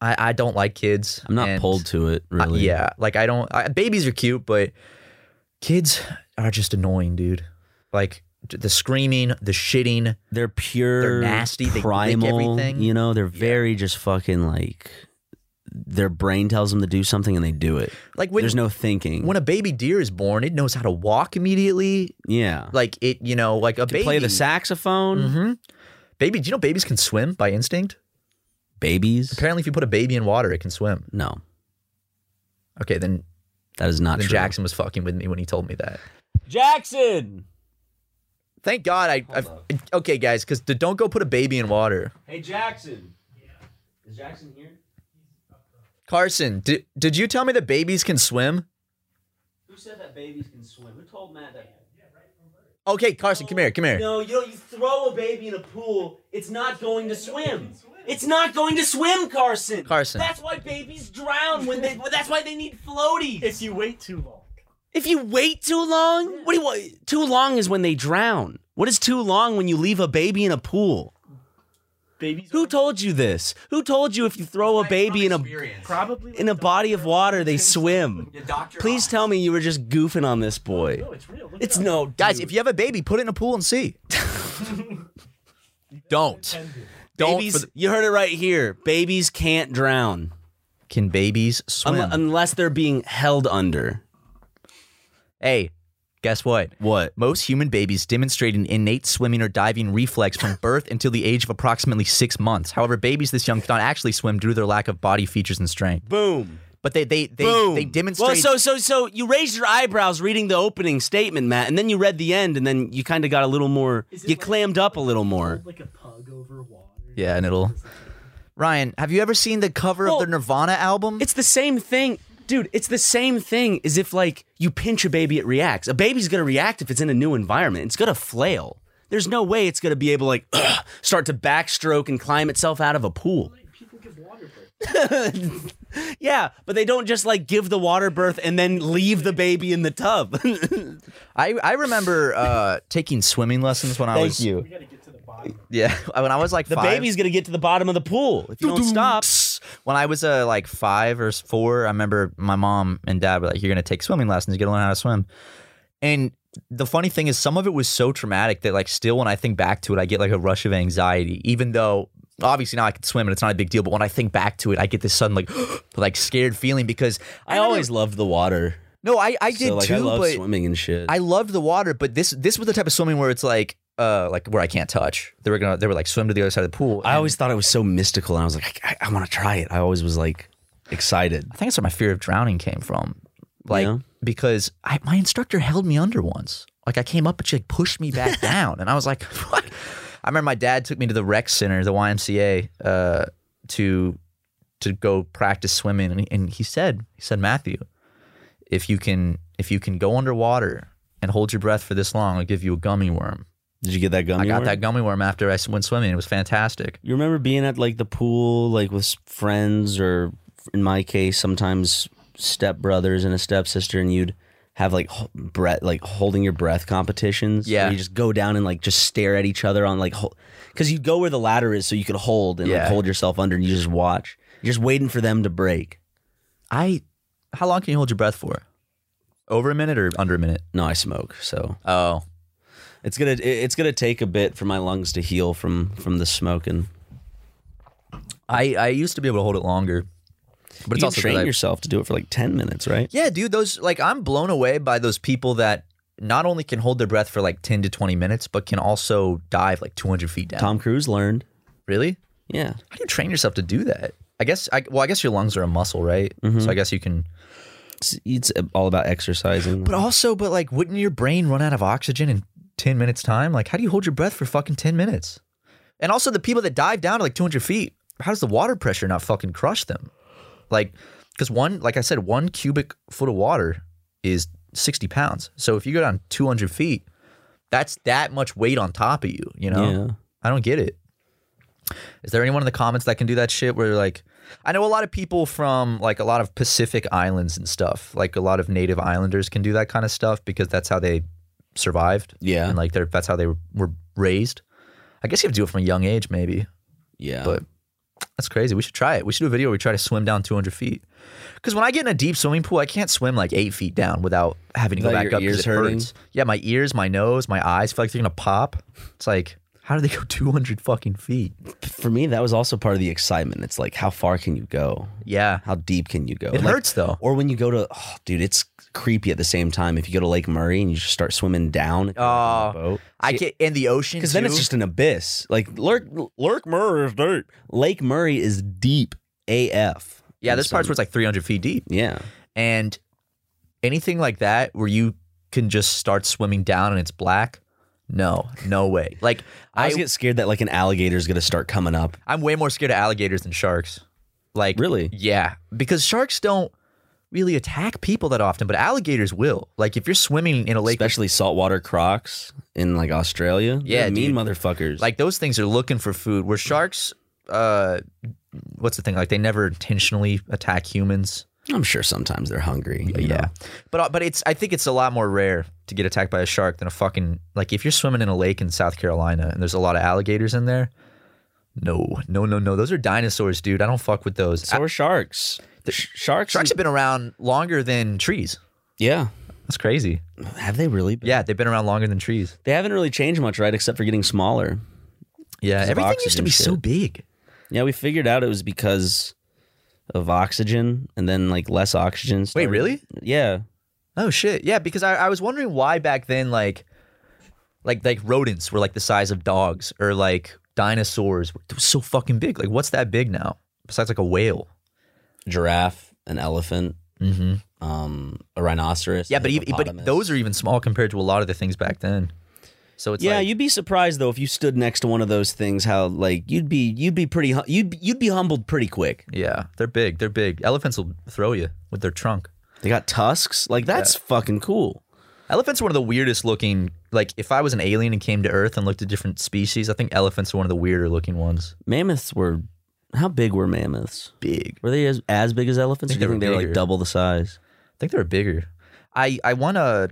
S3: I, I don't like kids.
S1: I'm not
S3: and- uh,
S1: pulled to it really.
S3: yeah. Like, I don't, I, babies are cute, but kids are just annoying, dude. Like, the screaming, the shitting.
S1: They're pure,
S3: They're nasty. They lick
S1: primal,
S3: everything.
S1: You know, they're very just fucking like their brain tells them to do something and they do it.
S3: Like when-
S1: there's no thinking.
S3: When a baby deer is born, it knows how to walk immediately.
S1: yeah,
S3: Like it, you know, like a
S1: Can
S3: baby
S1: play the saxophone.
S3: hmm Baby, do you know babies can swim by instinct?
S1: Babies?
S3: Apparently, if you put a baby in water, it can swim.
S1: No,
S3: Okay, then
S1: that is not
S3: then
S1: true.
S3: Jackson was fucking with me when he told me that.
S1: Jackson.
S3: Thank God I. I've, okay, guys, because don't go put a baby in water.
S1: Hey, Jackson. Is Jackson here?
S3: Carson, did did you tell me that babies can swim?
S1: Who said that babies can swim? Who told Matt that?
S3: Okay, Carson, come here, come here.
S1: No, you know, you throw a baby in a pool, it's not going to swim. It's not going to swim, Carson.
S3: Carson.
S1: That's why babies drown when they. That's why they need floaties. If
S6: you wait too long.
S1: If you wait too long, what do you want? Too long is when they drown. What is too long when you leave a baby in a pool?
S6: Babies.
S1: Who told you this? Who told you if you throw a baby in a
S6: Probably.
S1: in a body of water they swim? Please tell me you were just goofing on this boy.
S6: It's real.
S1: It's no,
S3: guys. If you have a baby, put it in a pool and see. don't, don't. for
S1: Babies,
S3: the-
S1: you heard it right here. Babies can't drown.
S3: can babies swim?
S1: Un- unless they're being held under.
S3: Hey, guess what?
S1: What?
S3: Most human babies demonstrate an innate swimming or diving reflex from birth until the age of approximately six months. However, babies this young cannot actually swim due to their lack of body features and strength.
S1: Boom.
S3: But they they they,
S1: Boom.
S3: they demonstrate.
S1: Well, so so so you raised your eyebrows reading the opening statement, Matt, and then you read the end, and then you kind of got a little more. You clammed up a little more.
S6: Like a pug over water.
S3: yeah, and it'll. Ryan, have you ever seen the cover
S1: Well,
S3: of the Nirvana album?
S1: It's the same thing, dude. It's the same thing as if like you pinch a baby, it reacts. A baby's gonna react if it's in a new environment. It's gonna flail. There's no way it's gonna be able to like start to backstroke and climb itself out of a pool. yeah, but they don't just like give the water birth and then leave the baby in the tub.
S3: I I remember uh, taking swimming lessons when I
S1: Thank
S3: was
S1: you.
S3: Yeah, when I was like
S1: The
S3: five-
S1: baby's gonna get to the bottom of the pool if you don't stop.
S3: When I was uh, like five or s- four, I remember my mom and dad were like, "You're gonna take swimming lessons. You're gonna learn how to swim." And the funny thing is, some of it was so traumatic that like still when I think back to it, I get like a rush of anxiety. Even though obviously now I can swim and it's not a big deal, but when I think back to it, I get this sudden like like scared feeling because I, always
S1: loved the water.
S3: No, I I did
S1: so, like,
S3: too.
S1: I love
S3: but
S1: swimming and shit.
S3: I loved the water, but this this was the type of swimming where it's like uh like where I can't touch. They were gonna they were like swim to the other side of the pool.
S1: I always thought it was so mystical, and I was like, I, I, want to try it. I always was like excited.
S3: I think that's where my fear of drowning came from. Like because I, my instructor held me under once. Like I came up and she like pushed me back down, and I was like, "What?" I remember my dad took me to the rec center, the YMCA, uh, to to go practice swimming, and he, and he said, he said, Matthew, if you can if you can go underwater and hold your breath for this long, I'll give you a gummy worm.
S1: Did you get that gummy
S3: I got
S1: worm?
S3: that gummy worm after I s- went swimming. It was fantastic.
S1: You remember being at like the pool, like with s- friends, or in my case, sometimes stepbrothers and a stepsister, and you'd have like ho- breath, like holding your breath competitions. where
S3: Yeah.
S1: you just go down and like just stare at each other on like, because you go where the ladder is, so you could hold and
S3: Yeah.
S1: like hold yourself under, and you just watch, You're just waiting for them to break.
S3: I, how long can you hold your breath for? Over a minute or under a minute?
S1: No, I smoke, so
S3: oh,
S1: it's gonna it- it's gonna take a bit for my lungs to heal from from the smoking.
S3: I I used to be able to hold it longer, but
S1: But
S3: it's
S1: you
S3: also
S1: train
S3: 'cause I-
S1: yourself to do it for like ten minutes, right?
S3: Yeah, dude, those like I'm blown away by those people that not only can hold their breath for like 10 to 20 minutes, but can also dive like 200 feet down.
S1: Tom Cruise learned.
S3: Really?
S1: Yeah.
S3: How do you train yourself to do that? I guess I well, I guess your lungs are a muscle, right?
S1: Mm-hmm.
S3: So I guess you can
S1: It's, it's all about exercising.
S3: But also, but like wouldn't your brain run out of oxygen in 10 minutes time? Like how do you hold your breath for fucking 10 minutes? And also the people that dive down to like 200 feet, how does the water pressure not fucking crush them? Like, because one, like I said, one cubic foot of water is 60 pounds. So if you go down 200 feet, that's that much weight on top of you, you know?
S1: Yeah.
S3: I don't get it. Is there anyone in the comments that can do that shit where like, I know a lot of people from like a lot of Pacific islands and stuff, like a lot of native islanders can do that kind of stuff because that's how they survived.
S1: Yeah.
S3: And like they're, that's how they were, were raised. I guess you have to do it from a young age, maybe.
S1: Yeah.
S3: But that's crazy. We should try it. We should do a video where we try to swim down 200 feet. Because when I get in a deep swimming pool, I can't swim like eight feet down without having to go
S1: Without
S3: back
S1: your
S3: up
S1: ears
S3: because it
S1: hurting?
S3: hurts. Yeah, my ears, my nose, my eyes feel like they're gonna pop. It's like, how do they go 200 fucking feet?
S1: For me, that was also part of the excitement. It's like, how far can you go?
S3: Yeah.
S1: How deep can you go?
S3: It hurts, though.
S1: Or when you go to, oh, dude, it's creepy at the same time. If you go to Lake Murray and you just start swimming down,
S3: Oh, I get in the ocean
S1: because then it's
S3: too?
S1: just an abyss. Like Lurk, Lurk Murray is deep. Lake Murray is deep AF.
S3: Yeah, this part's where it's like 300 feet deep.
S1: Yeah.
S3: And anything like that where you can just start swimming down and it's black, no, no way. Like,
S1: I
S3: I,
S1: always get scared that like an alligator is going to start coming up.
S3: I'm way more scared of alligators than sharks. Like,
S1: really?
S3: Yeah. Because sharks don't really attack people that often, but alligators will. Like, if you're swimming in a lake,
S1: Especially saltwater crocs in like Australia.
S3: Yeah,
S1: They're mean
S3: dude.
S1: motherfuckers.
S3: like, those things are looking for food. Where sharks, uh, what's the thing? Like, they never intentionally attack humans.
S1: I'm sure sometimes they're hungry. you know?
S3: Yeah, but but it's I think it's a lot more rare to get attacked by a shark than a fucking like if you're swimming in a lake in South Carolina and there's a lot of alligators in there. No, no, no, no. Those are dinosaurs, dude. I don't fuck with those.
S1: So are sharks. The sharks.
S3: Sharks have been around longer than trees.
S1: Yeah.
S3: That's crazy.
S1: Have they really? Been?
S3: Yeah, they've been around longer than trees.
S1: They haven't really changed much, right? Except for getting smaller.
S3: Yeah,
S1: Because of
S3: everything used to
S1: oxygen
S3: be so
S1: shit.
S3: big.
S1: Yeah, we figured out it was because of oxygen and then like less oxygen.
S3: Wait,
S1: started-
S3: really?
S1: Yeah.
S3: Oh shit. Yeah, because I, I was wondering why back then like like like rodents were like the size of dogs or like dinosaurs were so fucking big. Like what's that big now? Besides like a whale.
S1: Giraffe, an elephant,
S3: Mm-hmm.
S1: um, a rhinoceros.
S3: Yeah,
S1: a
S3: but even, but
S1: hippopotamus.
S3: those are even small compared to a lot of the things back then. So it's
S1: yeah,
S3: like,
S1: you'd be surprised though if you stood next to one of those things. How like you'd be you'd be pretty hu- you'd be- you'd be humbled pretty quick.
S3: yeah, they're big. They're big. Elephants will throw you with their trunk.
S1: They got tusks. Like that's fucking cool.
S3: Elephants are one of the weirdest looking. Like if I was an alien and came to Earth and looked at different species, I think elephants are one of the weirder looking ones.
S1: Mammoths were How big were mammoths? Big. Were they as, as big as elephants? Or do you think they were like double the size?
S3: I think they were bigger. I I want to.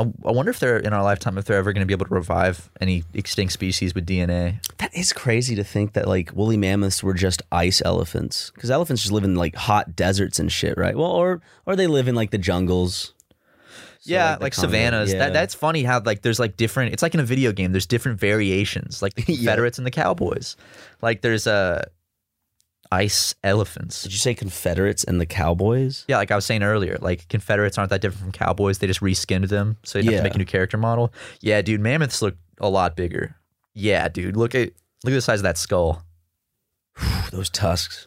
S3: I I wonder if they're in our lifetime if they're ever going to be able to revive any extinct species with DNA.
S1: That is crazy to think that like woolly mammoths were just ice elephants because elephants just live in like hot deserts and shit, right? Well, or or they live in like the jungles.
S3: yeah,
S1: like
S3: like,
S1: the Congo,
S3: savannas.
S1: yeah.
S3: That that's funny how like there's like different. It's like in a video game. There's different variations, like the Confederates and the Cowboys. Like there's uh, ice elephants. Did
S1: you say Confederates and the Cowboys?
S3: Yeah, like I was saying earlier, like Confederates aren't that different from Cowboys. They just reskinned them, so you have
S1: Yeah.
S3: to make a new character model. Yeah, dude, mammoths look a lot bigger. Yeah, dude, look at look at the size of that skull.
S1: Those tusks.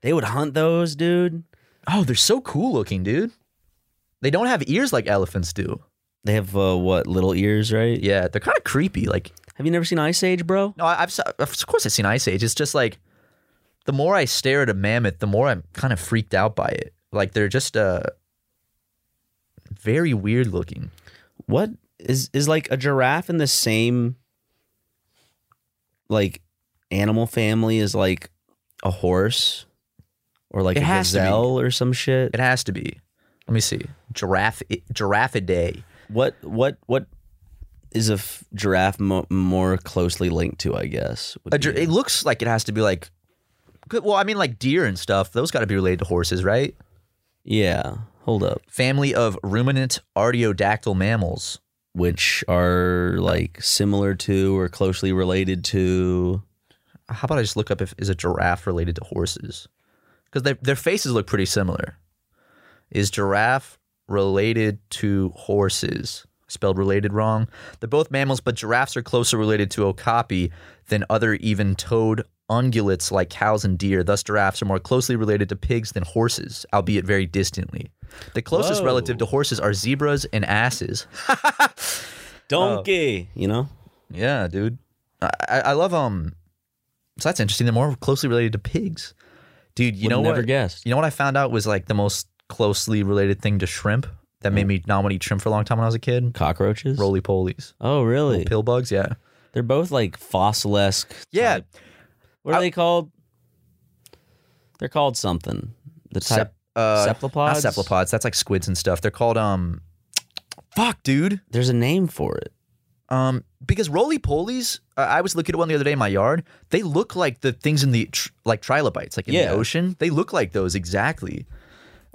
S1: They would hunt those, dude.
S3: Oh, they're so cool looking, dude. They don't have ears like elephants do.
S1: They have uh, what little ears, right?
S3: Yeah, they're kind of creepy. Like,
S1: have you never seen Ice Age, bro?
S3: No, I- I've s- of course I've seen Ice Age. It's just like the more I stare at a mammoth, the more I'm kind of freaked out by it. Like they're just uh very weird looking.
S1: What is is like a giraffe in the same like animal family as like a horse or like
S3: It
S1: a
S3: has to be.
S1: gazelle or some shit? It
S3: has to be. Let me see. Giraffe giraffe day.
S1: What what what is a f- giraffe mo- more closely linked to? I guess would
S3: A gir- it looks like it has to be like good- well, I mean like deer and stuff. Those got to be related to horses, right?
S1: Yeah. Hold up.
S3: Family of ruminant artiodactyl mammals.
S1: which are like similar to or closely related to.
S3: How about I just look up if is a giraffe related to horses? Because their their faces look pretty similar. Is giraffe related to horses? Spelled related wrong. They're both mammals, but giraffes are closer related to okapi than other even-toed ungulates like cows and deer. Thus, giraffes are more closely related to pigs than horses, albeit very distantly. The closest
S1: Whoa.
S3: relative to horses are zebras and asses.
S1: Donkey, you know?
S3: Yeah, dude. I, I I love um. So that's interesting. They're more closely related to pigs, dude. You
S1: Would've
S3: know
S1: never
S3: what?
S1: guessed.
S3: You know what I found out was like the most closely related thing to shrimp that
S1: Mm.
S3: made me not want to eat shrimp for a long time when I was a kid.
S1: Cockroaches,
S3: roly polies.
S1: Oh, really?
S3: Pill bugs, yeah.
S1: They're both like fossil esque.
S3: Yeah.
S1: What are they called? They're called something. The type
S3: uh, Not
S1: cephalopods.
S3: cephalopods. That's like squids and stuff. They're called um. Fuck, dude.
S1: There's a name for it.
S3: Um, because roly polies. Uh, I was looking at one the other day in my yard. They look like the things in the tr- like trilobites, like in
S1: Yeah.
S3: the ocean. They look like those exactly.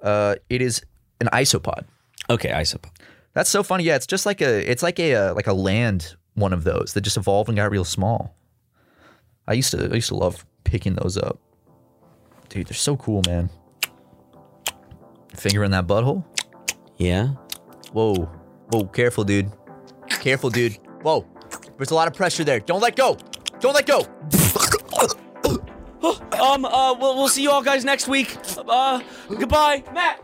S3: Uh, it is an isopod.
S1: Okay, isopod.
S3: That's so funny. Yeah, it's just like a it's like a uh, like a land one of those that just evolved and got real small. I used to I used to love picking those up. Dude, they're so cool, man. Finger in that butthole.
S1: Yeah.
S3: Whoa. Whoa, careful, dude. Careful, dude. Whoa. There's a lot of pressure there. Don't let go. Don't let go.
S1: um. Uh. We'll, we'll see you all guys next week. Uh. Goodbye, Matt.